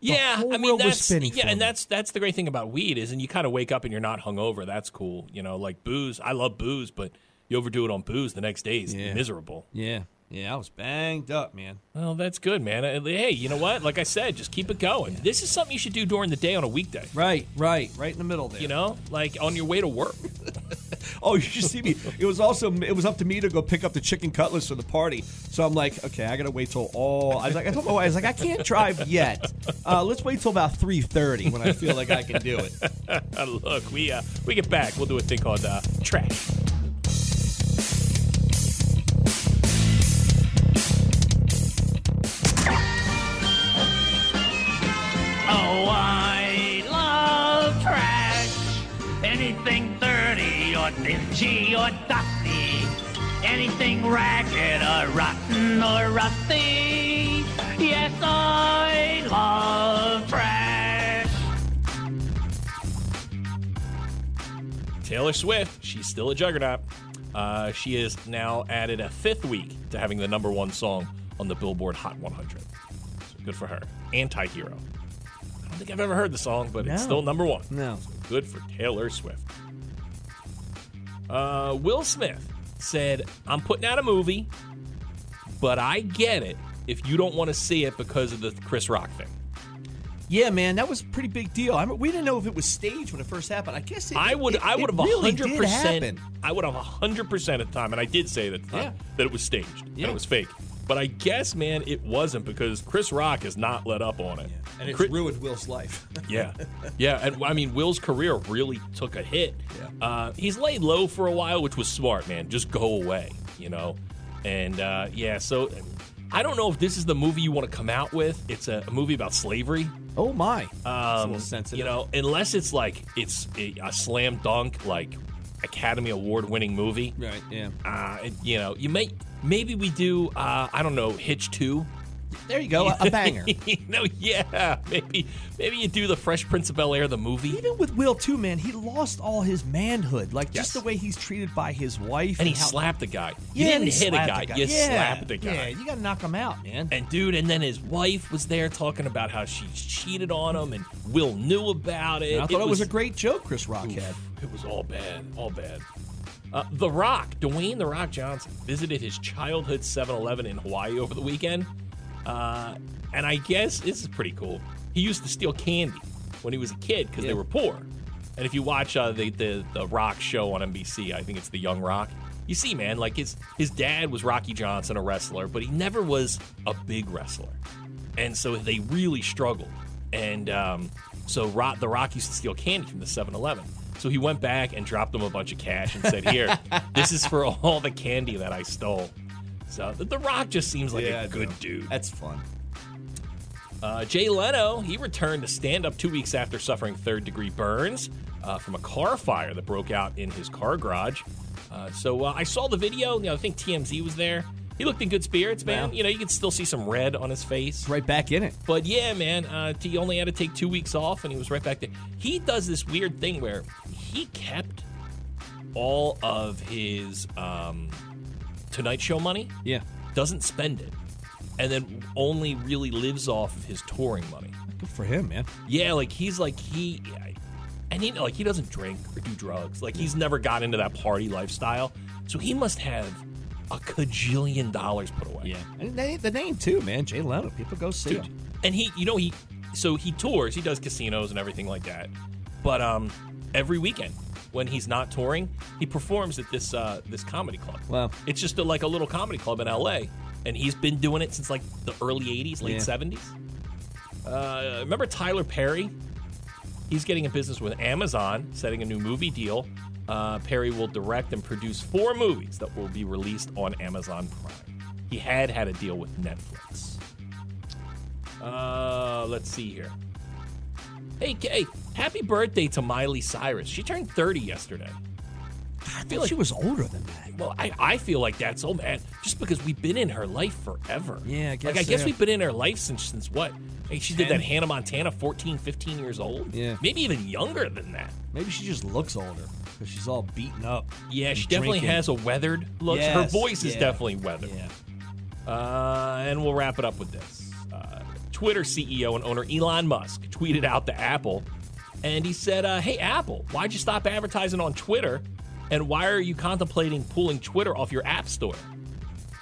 Speaker 2: The
Speaker 1: Yeah,
Speaker 2: whole
Speaker 1: I mean
Speaker 2: world was
Speaker 1: that's
Speaker 2: spinning
Speaker 1: yeah,
Speaker 2: for
Speaker 1: and
Speaker 2: me.
Speaker 1: that's that's the great thing about weed is, and you kind of wake up and you're not hungover. That's cool, you know. Like booze, I love booze, but you overdo it on booze, the next day is
Speaker 2: Yeah.
Speaker 1: miserable.
Speaker 2: Yeah, yeah, I was banged up, man.
Speaker 1: Well, that's good, man. Uh, Hey, you know what? Like I said, just keep it going. This is something you should do during the day on a weekday.
Speaker 2: Right, right, right in the middle there.
Speaker 1: You know, like on your way to work.
Speaker 2: Oh, you should see me. It was also it was up to me to go pick up the chicken cutlets for the party. So I'm like, okay, I gotta wait till all. I was like, I told my wife, I was like, I can't drive yet. Uh, let's wait till about three thirty when I feel like I can do it.
Speaker 1: Uh, Look, we uh, we get back. We'll do a thing called uh, trash.
Speaker 5: Oh, I love trash. Anything dirty or dingy or dusty. Anything ragged or rotten or rusty. Yes, I love trash.
Speaker 1: Taylor Swift, she's still a juggernaut. Uh, she is now added a fifth week to having the number one song on the Billboard Hot 100. So good for her. Anti hero. I don't think I've ever heard the song, but it's
Speaker 2: No.
Speaker 1: still number one.
Speaker 2: No.
Speaker 1: So good for Taylor Swift. Uh, Will Smith said, I'm putting out a movie, but I get it if you don't want to see it because of the Chris Rock thing.
Speaker 2: Yeah, man, that was a pretty big deal. I mean, we didn't know if it was staged when it first happened. I guess it,
Speaker 1: I would,
Speaker 2: it-
Speaker 1: I
Speaker 2: it
Speaker 1: would have
Speaker 2: really did
Speaker 1: hundred percent.
Speaker 2: happen.
Speaker 1: I would have hundred percent at the time, and I did say it at the time
Speaker 2: Yeah.
Speaker 1: that it was staged, that
Speaker 2: Yeah.
Speaker 1: it was fake. But I guess, man, it wasn't because Chris Rock has not let up on it.
Speaker 2: And it's
Speaker 1: Chris-
Speaker 2: ruined Will's life.
Speaker 1: Yeah, yeah, and I mean, Will's career really took a hit. Uh, he's laid low for a while, which was smart, man. Just go away, you know. And uh, yeah, so I don't know if this is the movie you want to come out with. It's a, a movie about slavery,
Speaker 2: oh my,
Speaker 1: um,
Speaker 2: little sensitive.
Speaker 1: you know, unless it's like it's a, a slam dunk, like Academy Award winning movie.
Speaker 2: right? Yeah,
Speaker 1: Uh, it- you know, you may maybe we do. Uh, I don't know, Hitch two.
Speaker 2: there you go, a, a banger.
Speaker 1: you know, yeah, maybe maybe you do the Fresh Prince of Bel Air the movie.
Speaker 2: Even with Will too, man, he lost all his manhood. Like
Speaker 1: Yes.
Speaker 2: just the way he's treated by his wife,
Speaker 1: and he
Speaker 2: how-
Speaker 1: slapped the guy. You
Speaker 2: Yeah, and
Speaker 1: didn't
Speaker 2: he
Speaker 1: hit a
Speaker 2: slapped
Speaker 1: guy.
Speaker 2: the
Speaker 1: You
Speaker 2: Yeah,
Speaker 1: slapped the guy.
Speaker 2: Yeah, you gotta knock him out, man.
Speaker 1: And dude, and then his wife was there talking about how she cheated on him, and Will knew about it.
Speaker 2: I thought it was, a great joke Chris Rock had.
Speaker 1: It was all bad, all bad. Uh, the Rock, Dwayne The Rock Johnson, visited his childhood 7-Eleven in Hawaii over the weekend, uh, and I guess this is pretty cool. He used to steal candy when he was a kid because they were poor. And if you watch uh, the, the the Rock show on NBC, I think it's The Young Rock. You see, man, like his his dad was Rocky Johnson, a wrestler, but he never was a big wrestler and so they really struggled. And um, so Ro- the Rock used to steal candy from the 7-Eleven. So he went back and dropped them a bunch of cash and said, "Here, this is for all the candy that I stole." So the, the Rock just seems like
Speaker 2: Yeah, I
Speaker 1: a good
Speaker 2: know.
Speaker 1: dude.
Speaker 2: That's fun.
Speaker 1: Uh, Jay Leno, he returned to stand up two weeks after suffering third degree burns uh, from a car fire that broke out in his car garage. Uh, so uh, I saw the video. You know, I think TMZ was there. He looked in good spirits, man.
Speaker 2: Yeah.
Speaker 1: You know, you could still see some red on his face.
Speaker 2: Right back in it.
Speaker 1: But yeah, man, uh, he only had to take two weeks off, and he was right back there. He does this weird thing where he kept all of his um, Tonight Show money,
Speaker 2: Yeah.
Speaker 1: doesn't spend it, and then only really lives off of his touring money.
Speaker 2: Good for him, man.
Speaker 1: Yeah, like he's like he, and he like he doesn't drink or do drugs. Like he's never got into that party lifestyle, so he must have a cajillion dollars put away.
Speaker 2: And the name, the name too, man. Jay Leno. People go see
Speaker 1: Dude,
Speaker 2: him.
Speaker 1: And he, you know, he so he tours, he does casinos and everything like that. But um, every weekend when he's not touring, he performs at this uh, this comedy club.
Speaker 2: Wow.
Speaker 1: it's just a, like a little comedy club in L.A. And he's been doing it since like the early '80s, late
Speaker 2: Yeah.
Speaker 1: '70s. Uh, remember Tyler Perry? He's getting in business with Amazon, setting a new movie deal. Uh, Perry will direct and produce four movies that will be released on Amazon Prime. He had had a deal with Netflix. Uh, let's see here. Hey, K- hey, happy birthday to Miley Cyrus. She turned 30 yesterday.
Speaker 2: I
Speaker 1: feel
Speaker 2: feel
Speaker 1: like-
Speaker 2: like she was older than that.
Speaker 1: Well, I, I feel like that's old man, just because we've been in her life forever.
Speaker 2: Yeah, I
Speaker 1: like I
Speaker 2: guess,
Speaker 1: guess
Speaker 2: yeah.
Speaker 1: we've been in her life since since what? Like, she did
Speaker 2: 10?
Speaker 1: that Hannah Montana 14, 15 years old.
Speaker 2: Yeah.
Speaker 1: maybe even younger than that.
Speaker 2: Maybe she just looks older because she's all beaten up.
Speaker 1: Yeah, she
Speaker 2: and
Speaker 1: definitely
Speaker 2: drinking.
Speaker 1: has a weathered look. her
Speaker 2: Yes,
Speaker 1: voice is
Speaker 2: yeah.
Speaker 1: definitely weathered.
Speaker 2: Yeah.
Speaker 1: Uh, and we'll wrap it up with this. Uh, Twitter CEO and owner Elon Musk tweeted out to Apple, and he said, uh, "Hey Apple, why'd you stop advertising on Twitter? And why are you contemplating pulling Twitter off your App Store?"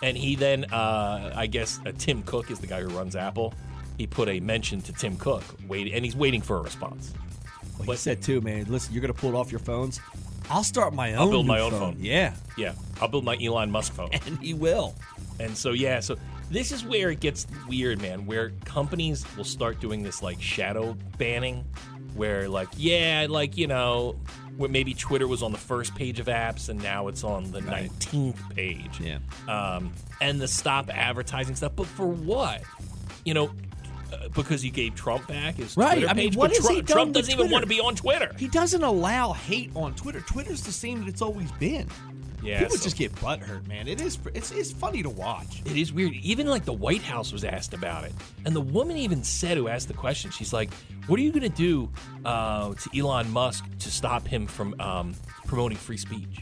Speaker 1: And he then, uh, I guess, uh, Tim Cook is the guy who runs Apple. He put a mention to Tim Cook, wait, and he's waiting for a response.
Speaker 2: Well, he
Speaker 1: But-
Speaker 2: said too, man. Listen, you're gonna pull it off your phones. I'll start my own.
Speaker 1: build
Speaker 2: new
Speaker 1: my own phone.
Speaker 2: Yeah,
Speaker 1: Yeah, I'll build my Elon Musk phone.
Speaker 2: and he will.
Speaker 1: And so yeah, so this is where it gets weird, man, where companies will start doing this like shadow banning where like yeah, like you know, where maybe Twitter was on the first page of apps and now it's on the 19th page.
Speaker 2: Yeah.
Speaker 1: Um and the stop advertising stuff, but for what? You know, uh, because you gave Trump back his
Speaker 2: Right,
Speaker 1: Twitter
Speaker 2: I mean,
Speaker 1: page,
Speaker 2: what
Speaker 1: but
Speaker 2: has he
Speaker 1: Trump,
Speaker 2: done
Speaker 1: Trump
Speaker 2: with
Speaker 1: doesn't even
Speaker 2: Twitter?
Speaker 1: want to be on Twitter.
Speaker 2: He doesn't allow hate on Twitter. Twitter's the same that it's always been.
Speaker 1: Yeah,
Speaker 2: People
Speaker 1: so-
Speaker 2: just get butthurt, man. It is. It's it's funny to watch.
Speaker 1: It is weird. Even like the White House was asked about it, and the woman even said who asked the question, she's like, "What are you going to do uh, to Elon Musk to stop him from um, promoting free speech?"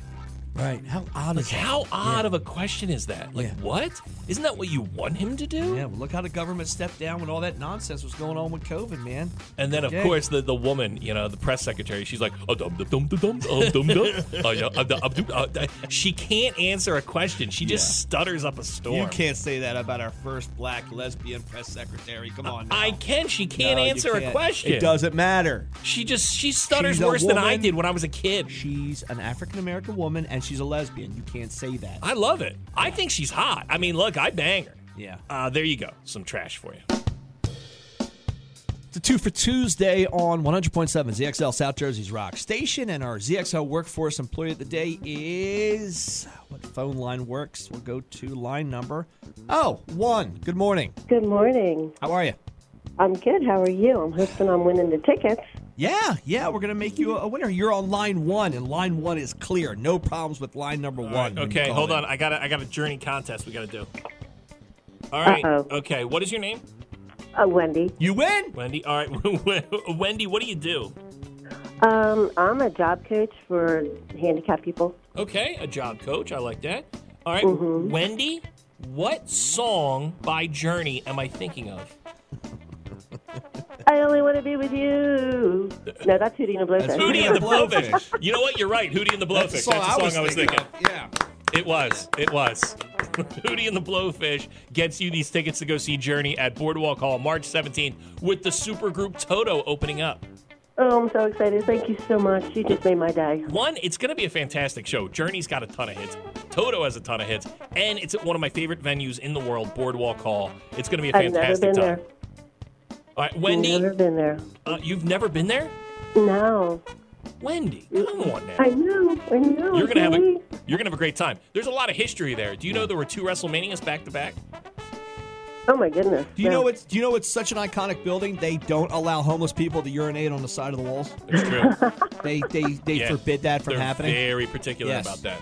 Speaker 6: Right. How odd
Speaker 1: Like,
Speaker 6: is that?
Speaker 1: how odd of a question is that? Like,
Speaker 6: Yeah.
Speaker 1: what? Isn't that what you want him to do?
Speaker 6: Yeah, well, look how the government stepped down when all that nonsense was going on with COVID, man.
Speaker 1: And then, of
Speaker 6: Yeah.
Speaker 1: course, the, the woman, you know, the press secretary, she's like, "Oh, dum dum dum dum dum dum dum." Oh, yeah, uh, dum, uh, dum, uh, uh." She can't answer a question. She just
Speaker 2: Yeah.
Speaker 1: stutters up a storm.
Speaker 2: You can't say that about our first black lesbian press secretary. Come on. Now.
Speaker 1: I can. She can't
Speaker 2: No, you
Speaker 1: answer a
Speaker 2: can't.
Speaker 1: question.
Speaker 2: It doesn't matter.
Speaker 1: She just she stutters
Speaker 2: She's a
Speaker 1: worse than I
Speaker 2: woman.
Speaker 1: did when I was a kid.
Speaker 2: She's an African American woman and she's a lesbian. You can't say that.
Speaker 1: I love it. I think she's hot. I mean, look, I bang her.
Speaker 2: Yeah.
Speaker 1: Uh, there you go. Some trash for you.
Speaker 2: The two for Tuesday on 100.7 ZXL South Jersey's Rock Station, and our ZXL Workforce Employee of the Day is what phone line works. We'll go to line number oh one. Good morning.
Speaker 7: Good morning.
Speaker 2: How are you?
Speaker 7: I'm good. How are you? I'm hoping I'm winning the tickets.
Speaker 2: Yeah, yeah, we're gonna make you a a winner. You're on line one, and line one is clear. No problems with line number one. when you
Speaker 1: Okay,
Speaker 2: call
Speaker 1: hold
Speaker 2: in.
Speaker 1: on. I got a, I got a journey contest we got to do. All right.
Speaker 7: Uh-oh.
Speaker 1: Okay. What is your name,
Speaker 7: Uh, Wendy,
Speaker 2: You win.
Speaker 1: Wendy? All right, Wendy. What do you do?
Speaker 7: um, I'm a job coach for handicapped people.
Speaker 1: Okay, a job coach. I like that. All right, Wendy. What song by Journey am I thinking of?
Speaker 7: I only want to be with you. No, that's Hootie and the Blowfish.
Speaker 2: That's
Speaker 1: Hootie and the
Speaker 2: Blowfish.
Speaker 1: Blowfish. You know what? You're right. Hootie and the Blowfish. That's the song, I, was thinking.
Speaker 2: of. Yeah.
Speaker 1: It was. It was. Hootie and the Blowfish gets you these tickets to go see Journey at Boardwalk Hall March 17th with the supergroup Toto opening up.
Speaker 7: Oh, I'm so excited. Thank you so much. You just made my day.
Speaker 1: One, it's going to be a fantastic show. Journey's got a ton of hits. Toto has a ton of hits, and it's at one of my favorite venues in the world, Boardwalk Hall. It's going to be a
Speaker 7: I've never
Speaker 1: fantastic
Speaker 7: been
Speaker 1: time.
Speaker 7: there.
Speaker 1: All right, Wendy,
Speaker 7: Never been there.
Speaker 1: uh, you've never been there?
Speaker 7: No.
Speaker 1: Wendy, come on now.
Speaker 7: I know. I know.
Speaker 1: You're gonna have a
Speaker 7: really?
Speaker 1: you're gonna have a great time. There's a lot of history there. Do you know there were two WrestleManias back to back?
Speaker 7: Oh my goodness.
Speaker 2: Do you
Speaker 7: No.
Speaker 2: know it's Do you know it's such an iconic building? They don't allow homeless people to urinate on the side of the walls.
Speaker 1: That's true.
Speaker 2: They they they
Speaker 1: Yeah.
Speaker 2: forbid that from
Speaker 1: They're
Speaker 2: happening.
Speaker 1: very particular
Speaker 2: Yes.
Speaker 1: about that.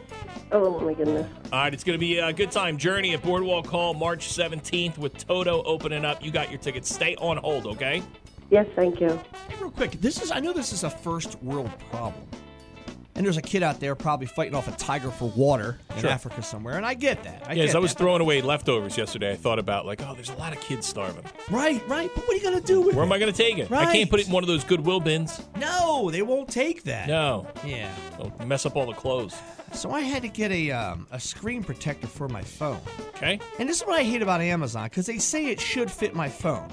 Speaker 7: Oh my goodness.
Speaker 1: All right, it's going to be a good time. Journey at Boardwalk Hall, March 17th, with Toto opening up. You got your tickets. Stay on hold, okay?
Speaker 7: Yes, thank you.
Speaker 2: Real quick, this is I know this is a first world problem. And there's a kid out there probably fighting off a tiger for water in
Speaker 1: Sure.
Speaker 2: Africa somewhere, and I get that. I
Speaker 1: Yeah,
Speaker 2: get
Speaker 1: as I was
Speaker 2: that.
Speaker 1: throwing away leftovers yesterday, I thought about like, oh, there's a lot of kids starving.
Speaker 2: right, right. But what are you gonna do with
Speaker 1: Where am
Speaker 2: it?
Speaker 1: I going to take it? I
Speaker 2: Right.
Speaker 1: can't put it in one of those Goodwill bins.
Speaker 2: No, they won't take that.
Speaker 1: No,
Speaker 2: Yeah.
Speaker 1: I'll mess up all the clothes.
Speaker 2: So I had to get a um, a screen protector for my phone.
Speaker 1: Okay,
Speaker 2: And this is what I hate about Amazon because they say it should fit my phone.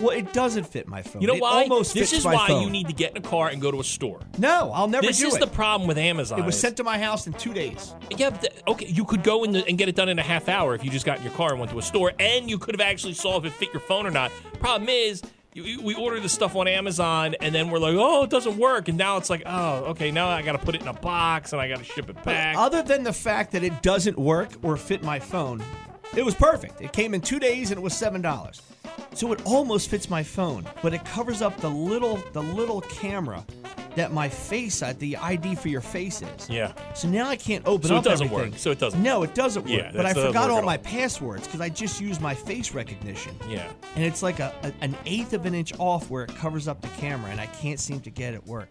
Speaker 2: Well, it doesn't fit my phone.
Speaker 1: you know
Speaker 2: it
Speaker 1: why?
Speaker 2: Almost
Speaker 1: this
Speaker 2: fits
Speaker 1: is
Speaker 2: my
Speaker 1: why
Speaker 2: phone.
Speaker 1: you need to get in a car and go to a store.
Speaker 2: No, I'll never
Speaker 1: this
Speaker 2: do
Speaker 1: is
Speaker 2: it.
Speaker 1: the problem with Amazon.
Speaker 2: it was
Speaker 1: is-
Speaker 2: sent to my house in two days.
Speaker 1: Yeah, but th- okay, you could go in the, and get it done in a half hour if you just got in your car and went to a store, and you could have actually saw if it fit your phone or not. Problem is, you- you, we order this stuff on Amazon, and then we're like, oh, it doesn't work, and now it's like, oh, okay, now I got to put it in a box and I got to ship it back.
Speaker 2: Other than the fact that it doesn't work or fit my phone, it was perfect. It came in two days and it was seven dollars. So it almost fits my phone, but it covers up the little the little camera that my face uh, the ID for your face is.
Speaker 1: Yeah.
Speaker 2: So now I can't open
Speaker 1: So it
Speaker 2: up
Speaker 1: doesn't
Speaker 2: everything.
Speaker 1: work. So it doesn't
Speaker 2: No, it doesn't work.
Speaker 1: Yeah,
Speaker 2: but
Speaker 1: that's-
Speaker 2: I
Speaker 1: that doesn't
Speaker 2: forgot
Speaker 1: work
Speaker 2: all
Speaker 1: at
Speaker 2: my
Speaker 1: all.
Speaker 2: passwords because I just used my face recognition.
Speaker 1: Yeah.
Speaker 2: And it's like a, a an eighth of an inch off where it covers up the camera, and I can't seem to get it work.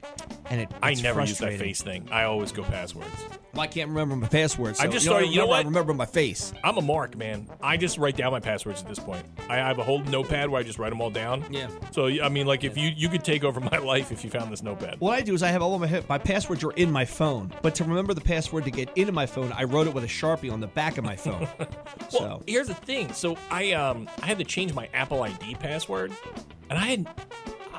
Speaker 2: And it
Speaker 1: I
Speaker 2: it's
Speaker 1: never use that
Speaker 2: frustrating.
Speaker 1: face thing. I always go passwords.
Speaker 2: Well, I can't remember my password. So
Speaker 1: I just
Speaker 2: you know,
Speaker 1: started- you know
Speaker 2: remember-
Speaker 1: what?
Speaker 2: I remember my face.
Speaker 1: I'm a mark, man. I just write down my passwords at this point. I have a whole notepad where I just write them all down.
Speaker 2: Yeah.
Speaker 1: So I mean, like, if you you could take over my life if you found this notepad.
Speaker 2: What I do is I have all of my my passwords are in my phone, but to remember the password to get into my phone, I wrote it with a sharpie on the back of my phone.
Speaker 1: Well,
Speaker 2: so
Speaker 1: here's the thing. So I um I had to change my Apple ID password, and I hadn't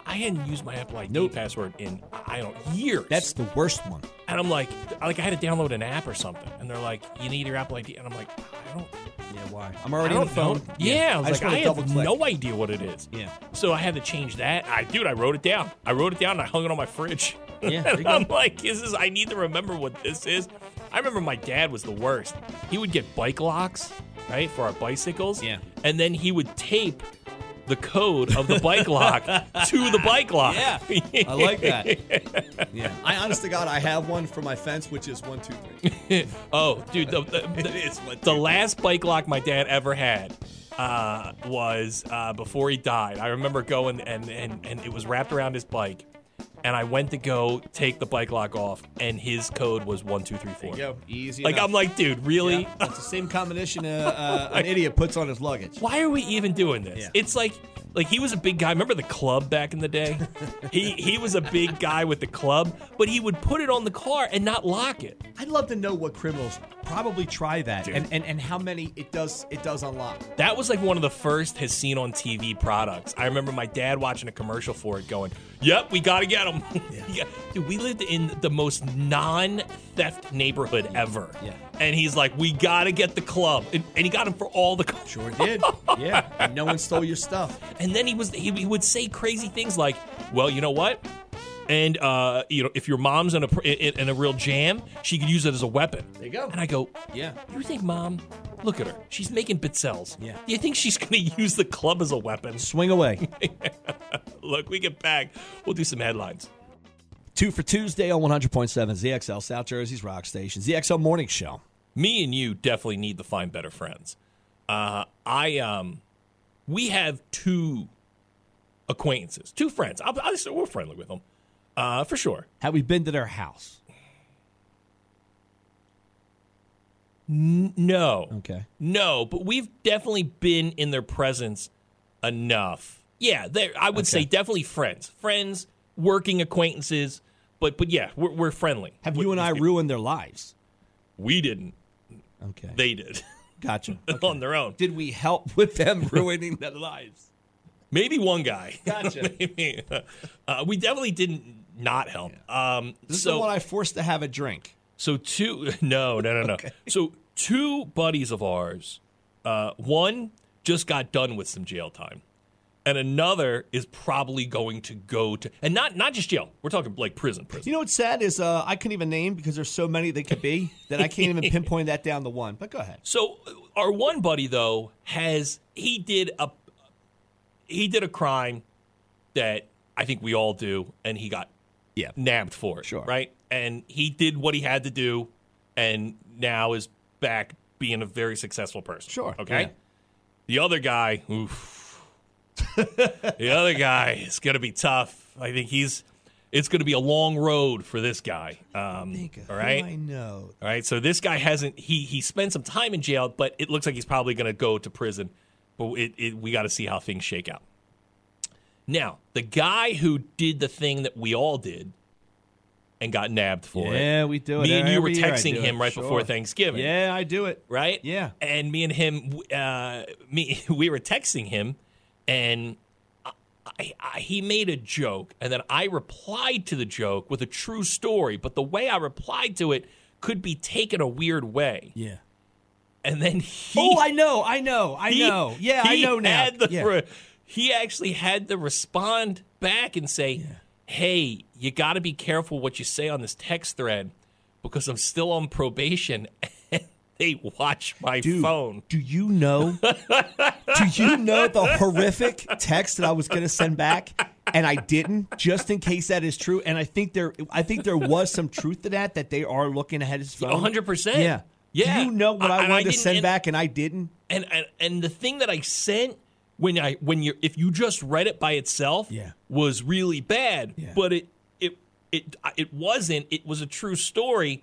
Speaker 1: I hadn't used my Apple ID password in I don't years.
Speaker 2: that's the worst one.
Speaker 1: and I'm like like I had to download an app or something, and they're like you need your Apple ID, and I'm like I don't
Speaker 2: Yeah, why? I'm
Speaker 1: I
Speaker 2: already on
Speaker 1: don't
Speaker 2: the phone.
Speaker 1: know. Yeah, I was
Speaker 2: just
Speaker 1: like
Speaker 2: wanna
Speaker 1: I
Speaker 2: double
Speaker 1: have
Speaker 2: click.
Speaker 1: no idea what it is.
Speaker 2: Yeah.
Speaker 1: So I had to change that. I dude, I wrote it down. I wrote it down and I hung it on my fridge.
Speaker 2: Yeah, there you
Speaker 1: and
Speaker 2: go.
Speaker 1: I'm like, this is I need to remember what this is. I remember my dad was the worst. He would get bike locks, right, for our bicycles.
Speaker 2: Yeah.
Speaker 1: And then he would tape the code of the bike lock to the bike lock.
Speaker 2: Yeah, I like that. Yeah, I honest to God, I have one for my fence, which is one, two, three.
Speaker 1: Oh, dude, the, the, the, the last bike lock my dad ever had uh, was uh, before he died. I remember going and, and, and it was wrapped around his bike. and I went to go take the bike lock off, and his code was one two three four.
Speaker 2: Yo, easy.
Speaker 1: Like
Speaker 2: enough.
Speaker 1: I'm like, dude, really?
Speaker 2: Yeah, that's the same combination uh, uh, an idiot puts on his luggage.
Speaker 1: Why are we even doing this?
Speaker 2: Yeah.
Speaker 1: It's like like he was a big guy. Remember the club back in the day? he he was a big guy with the club, but he would put it on the car and not lock it.
Speaker 2: I'd love to know what criminals probably try that, and, and and how many it does it does unlock.
Speaker 1: That was like one of the first has seen on TV products. I remember my dad watching a commercial for it going, Yep, we gotta get them. Yeah. Dude, we lived in the most non theft neighborhood ever.
Speaker 2: Yeah.
Speaker 1: And he's like, We gotta get the club. And, and he got them for all the cars.
Speaker 2: Sure did. Yeah, and no one stole your stuff.
Speaker 1: And then he was he, he would say crazy things like, "Well, you know what? And uh, you know, if your mom's in a pr- in, in a real jam, she could use it as a weapon."
Speaker 2: There you go.
Speaker 1: And I go,
Speaker 2: Yeah.
Speaker 1: "You think, mom? Look at her. She's making bitzels.
Speaker 2: Yeah.
Speaker 1: Do you think she's going to use the club as a weapon?"
Speaker 2: Swing away.
Speaker 1: Look, we get back. We'll do some headlines.
Speaker 2: Two for Tuesday on 100.7 ZXL, South Jersey's rock station, ZXL Morning Show.
Speaker 1: me and you definitely need to find better friends. Uh, I um, we have two acquaintances, two friends. I'll, I'll just, we're friendly with them, uh, for sure.
Speaker 2: Have we been to their house?
Speaker 1: No,
Speaker 2: Okay.
Speaker 1: no, but we've definitely been in their presence enough. Yeah, they I would say definitely friends, friends, working acquaintances. But but yeah, we're, we're friendly.
Speaker 2: Have
Speaker 1: With
Speaker 2: you and
Speaker 1: these
Speaker 2: I
Speaker 1: people.
Speaker 2: ruined their lives?
Speaker 1: We didn't.
Speaker 2: Okay.
Speaker 1: They did
Speaker 2: gotcha.
Speaker 1: on their own.
Speaker 2: Did we help with them ruining their lives?
Speaker 1: Maybe one guy.
Speaker 2: Gotcha.
Speaker 1: Maybe. Uh, we definitely didn't not help. Um,
Speaker 2: This is the
Speaker 1: so
Speaker 2: one I forced to have a drink.
Speaker 1: so two no no no no. So two buddies of ours, uh, one just got done with some jail time, and another is probably going to go to and not not just jail. We're talking like prison, prison.
Speaker 2: You know what's sad is uh, I couldn't even name because there's so many they could be that I can't even pinpoint that down to one. But go ahead.
Speaker 1: So uh, our one buddy though has he did a he did a crime that I think we all do, and he got
Speaker 2: Yeah.
Speaker 1: nabbed for it.
Speaker 2: Sure.
Speaker 1: Right? And he did what he had to do and now is back being a very successful person.
Speaker 2: Sure,
Speaker 1: Okay.
Speaker 2: yeah.
Speaker 1: The other guy, oof. the other guy is going to be tough. I think he's, it's going to be a long road for this guy. Um,
Speaker 2: Think of
Speaker 1: all
Speaker 2: who
Speaker 1: right.
Speaker 2: I know.
Speaker 1: All right. So this guy hasn't, he, he spent some time in jail, but it looks like he's probably going to go to prison. But it, it, we got to see how things shake out. Now, the guy who did the thing that we all did and got nabbed for it.
Speaker 2: Yeah, we do it.
Speaker 1: Me and you were
Speaker 2: every year I
Speaker 1: texting
Speaker 2: do
Speaker 1: him
Speaker 2: it,
Speaker 1: right
Speaker 2: sure.
Speaker 1: before Thanksgiving.
Speaker 2: Yeah, I do it.
Speaker 1: Right?
Speaker 2: Yeah.
Speaker 1: And me and him, uh, me, we were texting him, and I, I, I, he made a joke, and then I replied to the joke with a true story, but the way I replied to it could be taken a weird way.
Speaker 2: Yeah.
Speaker 1: And then he.
Speaker 2: Oh, I know, I know, I
Speaker 1: he-
Speaker 2: know. Yeah, I
Speaker 1: he
Speaker 2: know now.
Speaker 1: had the
Speaker 2: yeah.
Speaker 1: re- he actually had to respond back and say, "Hey, you got to be careful what you say on this text thread because I'm still on probation and they watch my
Speaker 2: Dude,
Speaker 1: phone."
Speaker 2: Do you know? do you know the horrific text that I was going to send back and I didn't, just in case that is true? And I think there, I think there was some truth to that that they are looking ahead as phone.
Speaker 1: 100%.
Speaker 2: Yeah.
Speaker 1: Yeah.
Speaker 2: Do you know what
Speaker 1: I-
Speaker 2: I,
Speaker 1: and I
Speaker 2: wanted to
Speaker 1: didn't-
Speaker 2: send
Speaker 1: and-
Speaker 2: back and I didn't?
Speaker 1: And, and and the thing that I sent when I when you if you just read it by itself
Speaker 2: Yeah.
Speaker 1: was really bad,
Speaker 2: Yeah.
Speaker 1: but it it it it wasn't. It was a true story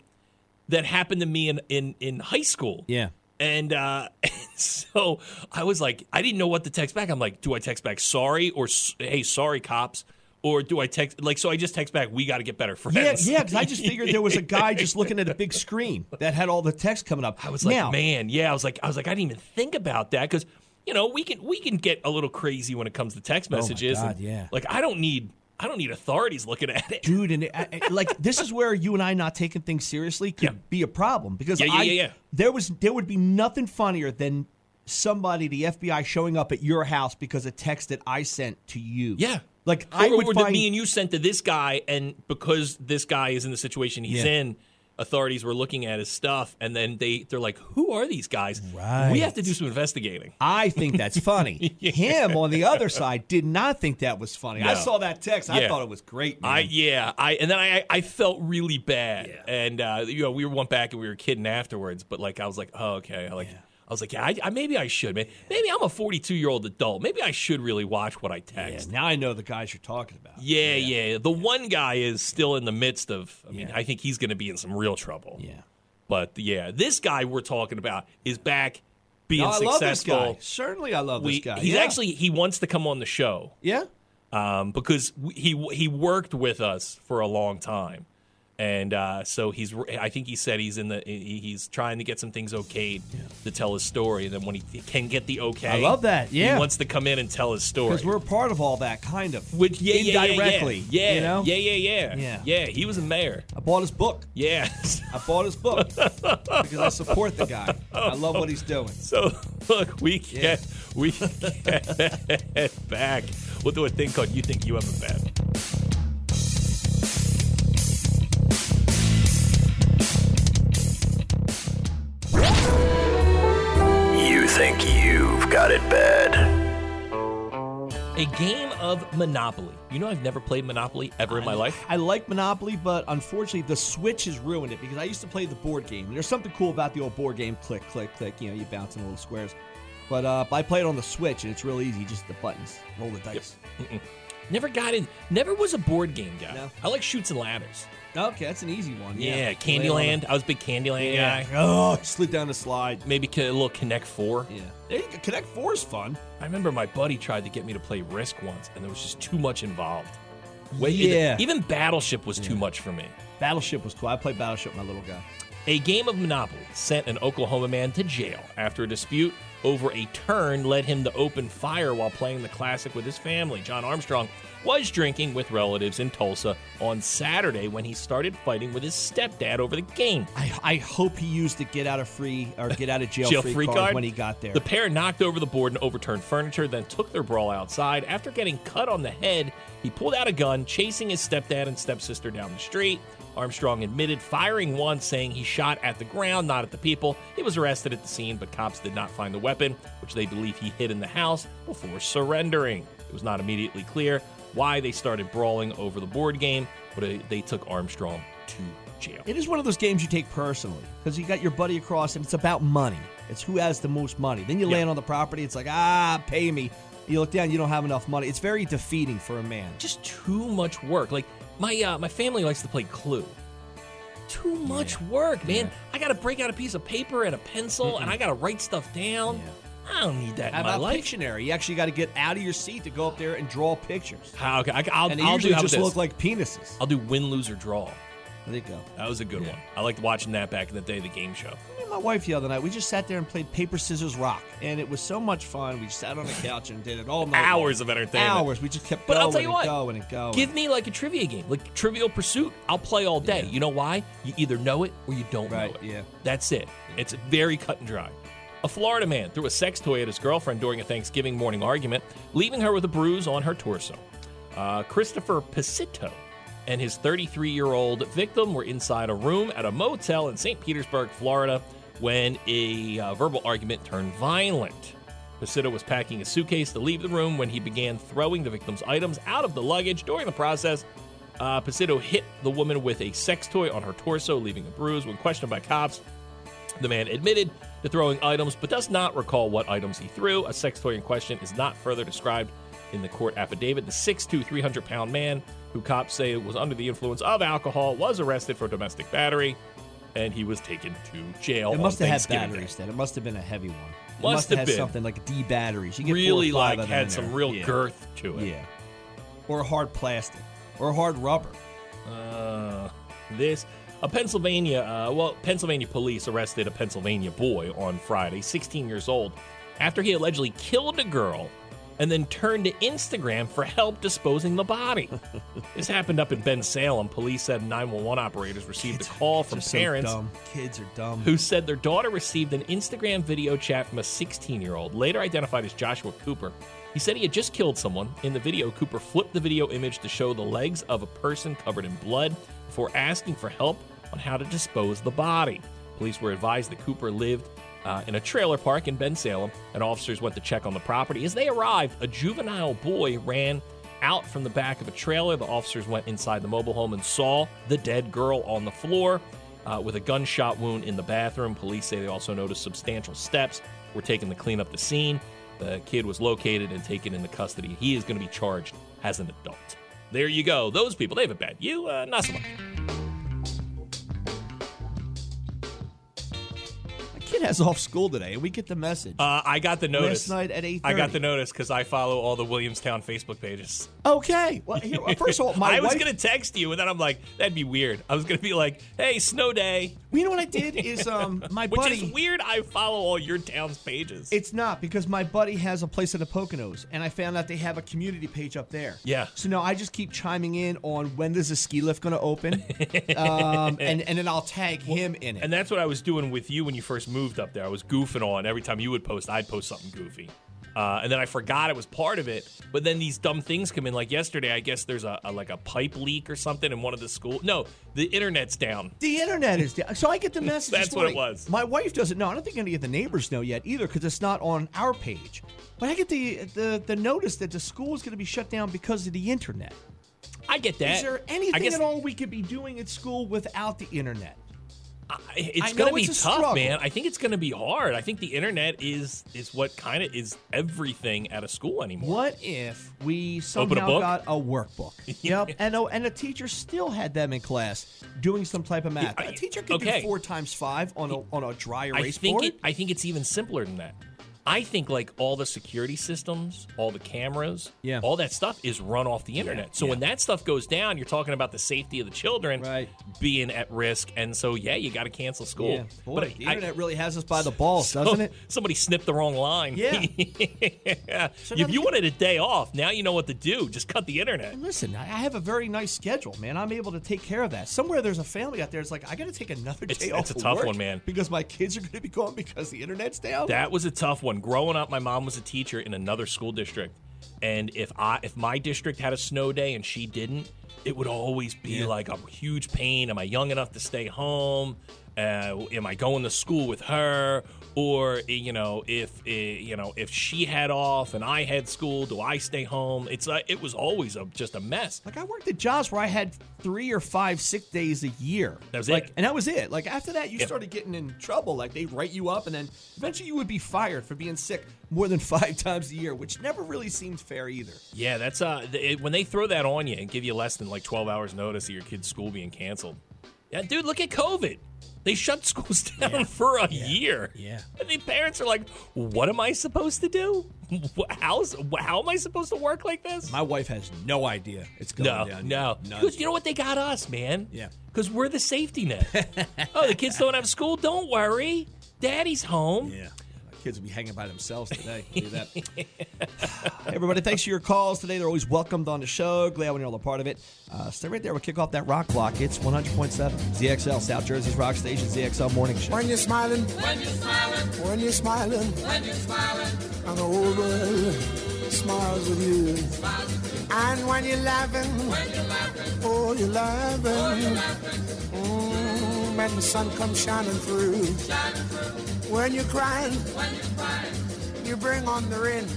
Speaker 1: that happened to me in in in high school.
Speaker 2: Yeah.
Speaker 1: And uh, so I was like, I didn't know what to text back. I'm like, do I text back sorry or s- hey sorry cops or do I text like so I just text back we got to get better
Speaker 2: Yeah,
Speaker 1: friends.
Speaker 2: yeah, because I just figured there was a guy just looking at a big screen that had all the text coming up.
Speaker 1: I was like,
Speaker 2: now,
Speaker 1: man, yeah. I was like, I was like, I didn't even think about that because you know we can we can get a little crazy when it comes to text
Speaker 2: Oh my
Speaker 1: messages.
Speaker 2: God,
Speaker 1: and,
Speaker 2: yeah.
Speaker 1: Like I don't need I don't need authorities looking at it.
Speaker 2: dude and I, I- like this is where you and i not taking things seriously could
Speaker 1: Yeah.
Speaker 2: be a problem because
Speaker 1: Yeah, yeah,
Speaker 2: I,
Speaker 1: yeah, yeah.
Speaker 2: there was there would be nothing funnier than somebody the fbi showing up at your house because a text that i sent to you
Speaker 1: Yeah.
Speaker 2: like
Speaker 1: Or,
Speaker 2: i would
Speaker 1: or that
Speaker 2: find
Speaker 1: me and you sent to this guy, and because this guy is in the situation he's
Speaker 2: Yeah.
Speaker 1: in, authorities were looking at his stuff, and then they they're like, who are these guys? We
Speaker 2: Right.
Speaker 1: have to do some investigating.
Speaker 2: I think that's funny. Him on the other side did not think that was funny. I
Speaker 1: No.
Speaker 2: saw that text.
Speaker 1: Yeah.
Speaker 2: I thought it was great. Man.
Speaker 1: I yeah I and then I I felt really bad and uh, you know we went back and we were kidding afterwards but like I was like oh okay I like I I was like, yeah, I, I, maybe I should. Maybe, maybe I'm a 42 year old adult. Maybe I should really watch what I text.
Speaker 2: Yeah, now I know the guys you're talking about.
Speaker 1: Yeah, yeah. yeah. The one guy is still in the midst of. I mean, I think he's going to be in some real trouble.
Speaker 2: Yeah.
Speaker 1: But yeah, this guy we're talking about is back being
Speaker 2: No, Oh, I love this
Speaker 1: successful.
Speaker 2: guy. Certainly, I love
Speaker 1: We-
Speaker 2: this guy.
Speaker 1: He's
Speaker 2: Yeah.
Speaker 1: actually he wants to come on the show
Speaker 2: yeah.
Speaker 1: um, because we, he he worked with us for a long time, and uh, so he's I think he said he's in the he- he's trying to get some things okayed to tell his story, and then when he, can get the okay,
Speaker 2: I love that. Yeah.
Speaker 1: he wants to come in and tell his story.
Speaker 2: Because we're part of all that, kind of.
Speaker 1: Which yeah, yeah, yeah, yeah.
Speaker 2: indirectly,
Speaker 1: yeah,
Speaker 2: you know?
Speaker 1: yeah, yeah, yeah,
Speaker 2: Yeah.
Speaker 1: yeah. He was a mayor.
Speaker 2: I bought his book.
Speaker 1: Yeah.
Speaker 2: I bought his book because I support the guy. I love what he's doing.
Speaker 1: So look, we get we get back. We'll do a thing called "You Think You Have a Bad."
Speaker 8: You think you've got it bad.
Speaker 1: A game of Monopoly. You know, I've never played Monopoly ever in my life.
Speaker 2: I like Monopoly, but unfortunately, the Switch has ruined it because I used to play the board game. There's something cool about the old board game click, click, click. You know, you bounce in little squares. But uh, I play it on the Switch, and it's real easy. Just the buttons, roll the dice.
Speaker 1: Never got in. Never was a board game guy.
Speaker 2: No.
Speaker 1: I like shoots and ladders.
Speaker 2: Okay, that's an easy one.
Speaker 1: Yeah,
Speaker 2: Yeah, Lay it on
Speaker 1: Candyland. I was a big Candyland
Speaker 2: the- Yeah.
Speaker 1: guy.
Speaker 2: Oh, I slid down the slide.
Speaker 1: Maybe ca- a little Connect Four.
Speaker 2: Yeah. There you go. Connect Four is fun.
Speaker 1: I remember my buddy tried to get me to play Risk once, and there was just too much involved. Way-
Speaker 2: Yeah.
Speaker 1: Even Battleship was too much for me.
Speaker 2: Battleship was cool. I played Battleship, with my little guy.
Speaker 1: A game of Monopoly sent an Oklahoma man to jail after a dispute over a turn led him to open fire while playing the classic with his family. John Armstrong was drinking with relatives in Tulsa on Saturday when he started fighting with his stepdad over the game.
Speaker 2: I, I hope he used the get out of free or get out of jail,
Speaker 1: Jail
Speaker 2: free,
Speaker 1: free
Speaker 2: card,
Speaker 1: card?
Speaker 2: when he got there.
Speaker 1: The pair knocked over the board and overturned furniture, then took their brawl outside. After getting cut on the head, he pulled out a gun, chasing his stepdad and stepsister down the street. Armstrong admitted firing once, saying he shot at the ground, not at the people. He was arrested at the scene, but cops did not find the weapon, which they believe he hid in the house before surrendering. It was not immediately clear why they started brawling over the board game, but uh, they took Armstrong to jail.
Speaker 2: It is one of those games you take personally because you got your buddy across and it's about money. It's who has the most money. Then you
Speaker 1: Yeah.
Speaker 2: land on the property, it's like, ah, pay me. You look down, you don't have enough money. It's very defeating for a man.
Speaker 1: just too much work. Like my uh, my family likes to play Clue. Too much work, man. I got to break out a piece of paper and a pencil, and I got to write stuff down. I don't need that
Speaker 2: How
Speaker 1: in my
Speaker 2: about
Speaker 1: life.
Speaker 2: Pictionary? You actually got to get out of your seat to go up there and draw pictures.
Speaker 1: How- Ah, okay, I,
Speaker 2: and
Speaker 1: will
Speaker 2: they
Speaker 1: I'll do
Speaker 2: usually
Speaker 1: how about
Speaker 2: just
Speaker 1: this?
Speaker 2: look like penises.
Speaker 1: I'll do win, lose, or draw.
Speaker 2: There you go.
Speaker 1: That was a good one. I liked watching that back in the day, the game show.
Speaker 2: Me and my wife the other night, we just sat there and played paper, scissors, rock. And it was so much fun. We sat on the couch and did it all night. long.
Speaker 1: Hours of entertainment.
Speaker 2: Hours. We just kept
Speaker 1: But
Speaker 2: going
Speaker 1: I'll tell you
Speaker 2: and
Speaker 1: what,
Speaker 2: going and going.
Speaker 1: Give me like a trivia game, like Trivial Pursuit. I'll play all day. You know why? You either know it or you don't
Speaker 2: Right,
Speaker 1: know it.
Speaker 2: yeah.
Speaker 1: That's it. It's very cut and dry. A Florida man threw a sex toy at his girlfriend during a Thanksgiving morning argument, leaving her with a bruise on her torso. Uh, Christopher Pisito and his 33 year old victim were inside a room at a motel in St. Petersburg, Florida, when a uh, verbal argument turned violent. Pasito was packing his suitcase to leave the room when he began throwing the victim's items out of the luggage. During the process, uh, Pasito hit the woman with a sex toy on her torso, leaving a bruise. When questioned by cops, the man admitted to throwing items, but does not recall what items he threw. A sex toy in question is not further described in the court affidavit. The 6'2, 300 pound man, who cops say was under the influence of alcohol, was arrested for domestic battery and he was taken to jail.
Speaker 2: It
Speaker 1: on
Speaker 2: must have had
Speaker 1: Oh, Thanksgiving Day.
Speaker 2: batteries then. It must have been a heavy one. It
Speaker 1: Must have
Speaker 2: had
Speaker 1: been.
Speaker 2: something like D batteries. You get four or
Speaker 1: Really,
Speaker 2: five
Speaker 1: like,
Speaker 2: of them in
Speaker 1: had some
Speaker 2: there.
Speaker 1: real
Speaker 2: yeah.
Speaker 1: girth to it.
Speaker 2: Yeah. Or hard plastic. Or hard rubber.
Speaker 1: Uh, this a Pennsylvania uh, well Pennsylvania police arrested a Pennsylvania boy on Friday, 16 years old, after he allegedly killed a girl and then turned to Instagram for help disposing the body. this happened up in Ben Salem. Police said 911 operators received a call from
Speaker 2: Just so
Speaker 1: parents
Speaker 2: dumb. Kids are dumb.
Speaker 1: who said their daughter received an Instagram video chat from a 16 year old, later identified as Joshua Cooper. He said he had just killed someone. In the video, Cooper flipped the video image to show the legs of a person covered in blood before asking for help on how to dispose the body. Police were advised that Cooper lived uh, in a trailer park in Ben Salem, and officers went to check on the property. As they arrived, a juvenile boy ran out from the back of a trailer. The officers went inside the mobile home and saw the dead girl on the floor uh, with a gunshot wound in the bathroom. Police say they also noticed substantial steps were taken to clean up the scene. The kid was located and taken into custody. He is going to be charged as an adult. There you go. Those people, they have it bad. You, uh, not so much.
Speaker 2: My kid has off school today, and we get the message.
Speaker 1: Uh, I got the notice.
Speaker 2: Last night at 8.30.
Speaker 1: I got the notice because I follow all the Williamstown Facebook pages.
Speaker 2: Okay. Well, here, first of all, my
Speaker 1: I was
Speaker 2: wife-
Speaker 1: gonna text you, and then I'm like, that'd be weird. I was gonna be like, hey, snow day.
Speaker 2: Well, you know what I did is um my
Speaker 1: Which
Speaker 2: buddy.
Speaker 1: is weird. I follow all your town's pages.
Speaker 2: It's not because my buddy has a place in the Poconos, and I found out they have a community page up there.
Speaker 1: Yeah.
Speaker 2: So now I just keep chiming in on when is the ski lift going to open, um, and and then I'll tag him in it.
Speaker 1: and that's what I was doing with you when you first moved up there. I was goofing on every time you would post, I'd post something goofy. Uh, and then I forgot it was part of it. But then these dumb things come in. Like yesterday, I guess there's a, a like a pipe leak or something in one of the school. No, the internet's down.
Speaker 2: The internet is down. So I get the message. this
Speaker 1: That's what it
Speaker 2: morning.
Speaker 1: was.
Speaker 2: My wife doesn't know. I don't think any of the neighbors know yet either because it's not on our page. But I get the the, the notice that the school is going to be shut down because of the internet.
Speaker 1: I get that.
Speaker 2: Is there
Speaker 1: I
Speaker 2: anything
Speaker 1: guess
Speaker 2: at all we could be doing at school without the internet?
Speaker 1: I- it's
Speaker 2: I know
Speaker 1: gonna be
Speaker 2: it's
Speaker 1: tough,
Speaker 2: a struggle.
Speaker 1: man. I think it's gonna be hard. I think the internet is is what kind of is everything at a school anymore.
Speaker 2: What if we
Speaker 1: Open a
Speaker 2: somehow
Speaker 1: book?
Speaker 2: got a workbook? yep. And oh, and a teacher still had them in class doing some type of math.
Speaker 1: Yeah, I-
Speaker 2: a teacher could
Speaker 1: okay.
Speaker 2: do four times five on a on a dry
Speaker 1: I
Speaker 2: erase
Speaker 1: think
Speaker 2: board.
Speaker 1: it, I think it's even simpler than that. I think like all the security systems, all the cameras,
Speaker 2: Yeah.
Speaker 1: all that stuff is run off the internet. so when that stuff goes down, you're talking about the safety of the children
Speaker 2: Right.
Speaker 1: being at risk, and so yeah, you got to cancel school.
Speaker 2: Yeah. Boy,
Speaker 1: But
Speaker 2: the
Speaker 1: I-
Speaker 2: internet really has us by the balls, doesn't it?
Speaker 1: Somebody snipped the wrong line.
Speaker 2: Yeah.
Speaker 1: Yeah. if you wanted a day off, now you know what to do. Just cut the internet.
Speaker 2: And Listen, I I have a very nice schedule, man. I'm able to take care of that. Somewhere there's a family out there. It's like I got to take another day
Speaker 1: It's-
Speaker 2: off.
Speaker 1: it's a
Speaker 2: of
Speaker 1: tough
Speaker 2: work
Speaker 1: one, man.
Speaker 2: Because my kids are going to be gone because the internet's down.
Speaker 1: That was a tough one. Growing up, my mom was a teacher in another school district, and if I if my district had a snow day and she didn't, it would always be like a huge pain. Am I young enough to stay home? Uh, am I going to school with her? Or eh, you know, if uh, you know if she had off and I had school, do I stay home? It's uh, it was always a, just a mess.
Speaker 2: Like I worked at jobs where I had three or five sick days a year.
Speaker 1: That was
Speaker 2: like,
Speaker 1: it.
Speaker 2: and that was it. Like after that, you
Speaker 1: Yeah.
Speaker 2: started getting in trouble. Like they'd write you up, and then eventually you would be fired for being sick more than five times a year, which never really seemed fair either.
Speaker 1: Yeah, that's uh, th- it, when they throw that on you and give you less than like 12 hours notice of your kid's school being canceled. Yeah, dude, look at COVID. They shut schools down for a year.
Speaker 2: Yeah.
Speaker 1: And the parents are like, what am I supposed to do? Wh- How's, wh- how am I supposed to work like this?
Speaker 2: My wife has no idea it's going
Speaker 1: no,
Speaker 2: down.
Speaker 1: no.
Speaker 2: None.
Speaker 1: Because you know what? They got us, man.
Speaker 2: Yeah.
Speaker 1: Because we're the safety net. oh, the kids don't have school? Don't worry. Daddy's home.
Speaker 2: Yeah. My kids will be hanging by themselves today. I'll tell you that. Everybody, thanks for your calls today. They're always welcomed on the show. Glad when you're all a part of it. Uh, stay right there. We'll kick off that rock block. It's 100.7 ZXL, South Jersey's Rock Station, ZXL Morning Show.
Speaker 4: When you're smiling, when you're smiling, when you're smiling, when you're smiling, and the whole world smiles with you. And when you're laughing, when you're laughing, oh, you're laughing. Mm, when the sun comes shining through. When you're crying, when you're crying, you bring on the rain.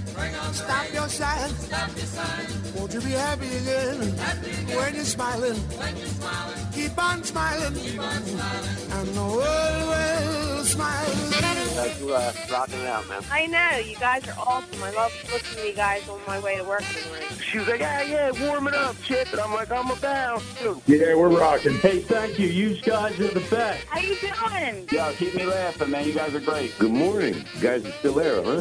Speaker 4: Stop your sighing. Stop your sighing. Won't you be happy again? Happy again. When you're smiling, when you're smiling, keep on smiling. Keep on smiling. And the world will smile.
Speaker 9: guys were uh, rocking it out, man.
Speaker 10: I know. You guys are awesome. I love listening to you guys on my way to work in the morning.
Speaker 9: She was like, yeah, yeah, warming up, shit. And I'm like, I'm about to.
Speaker 11: Yeah, we're rocking.
Speaker 9: Hey, thank you. You guys are the best.
Speaker 10: How you doing?
Speaker 9: Yo, keep me laughing, man. You guys are great.
Speaker 8: Good morning. You guys are still there, huh?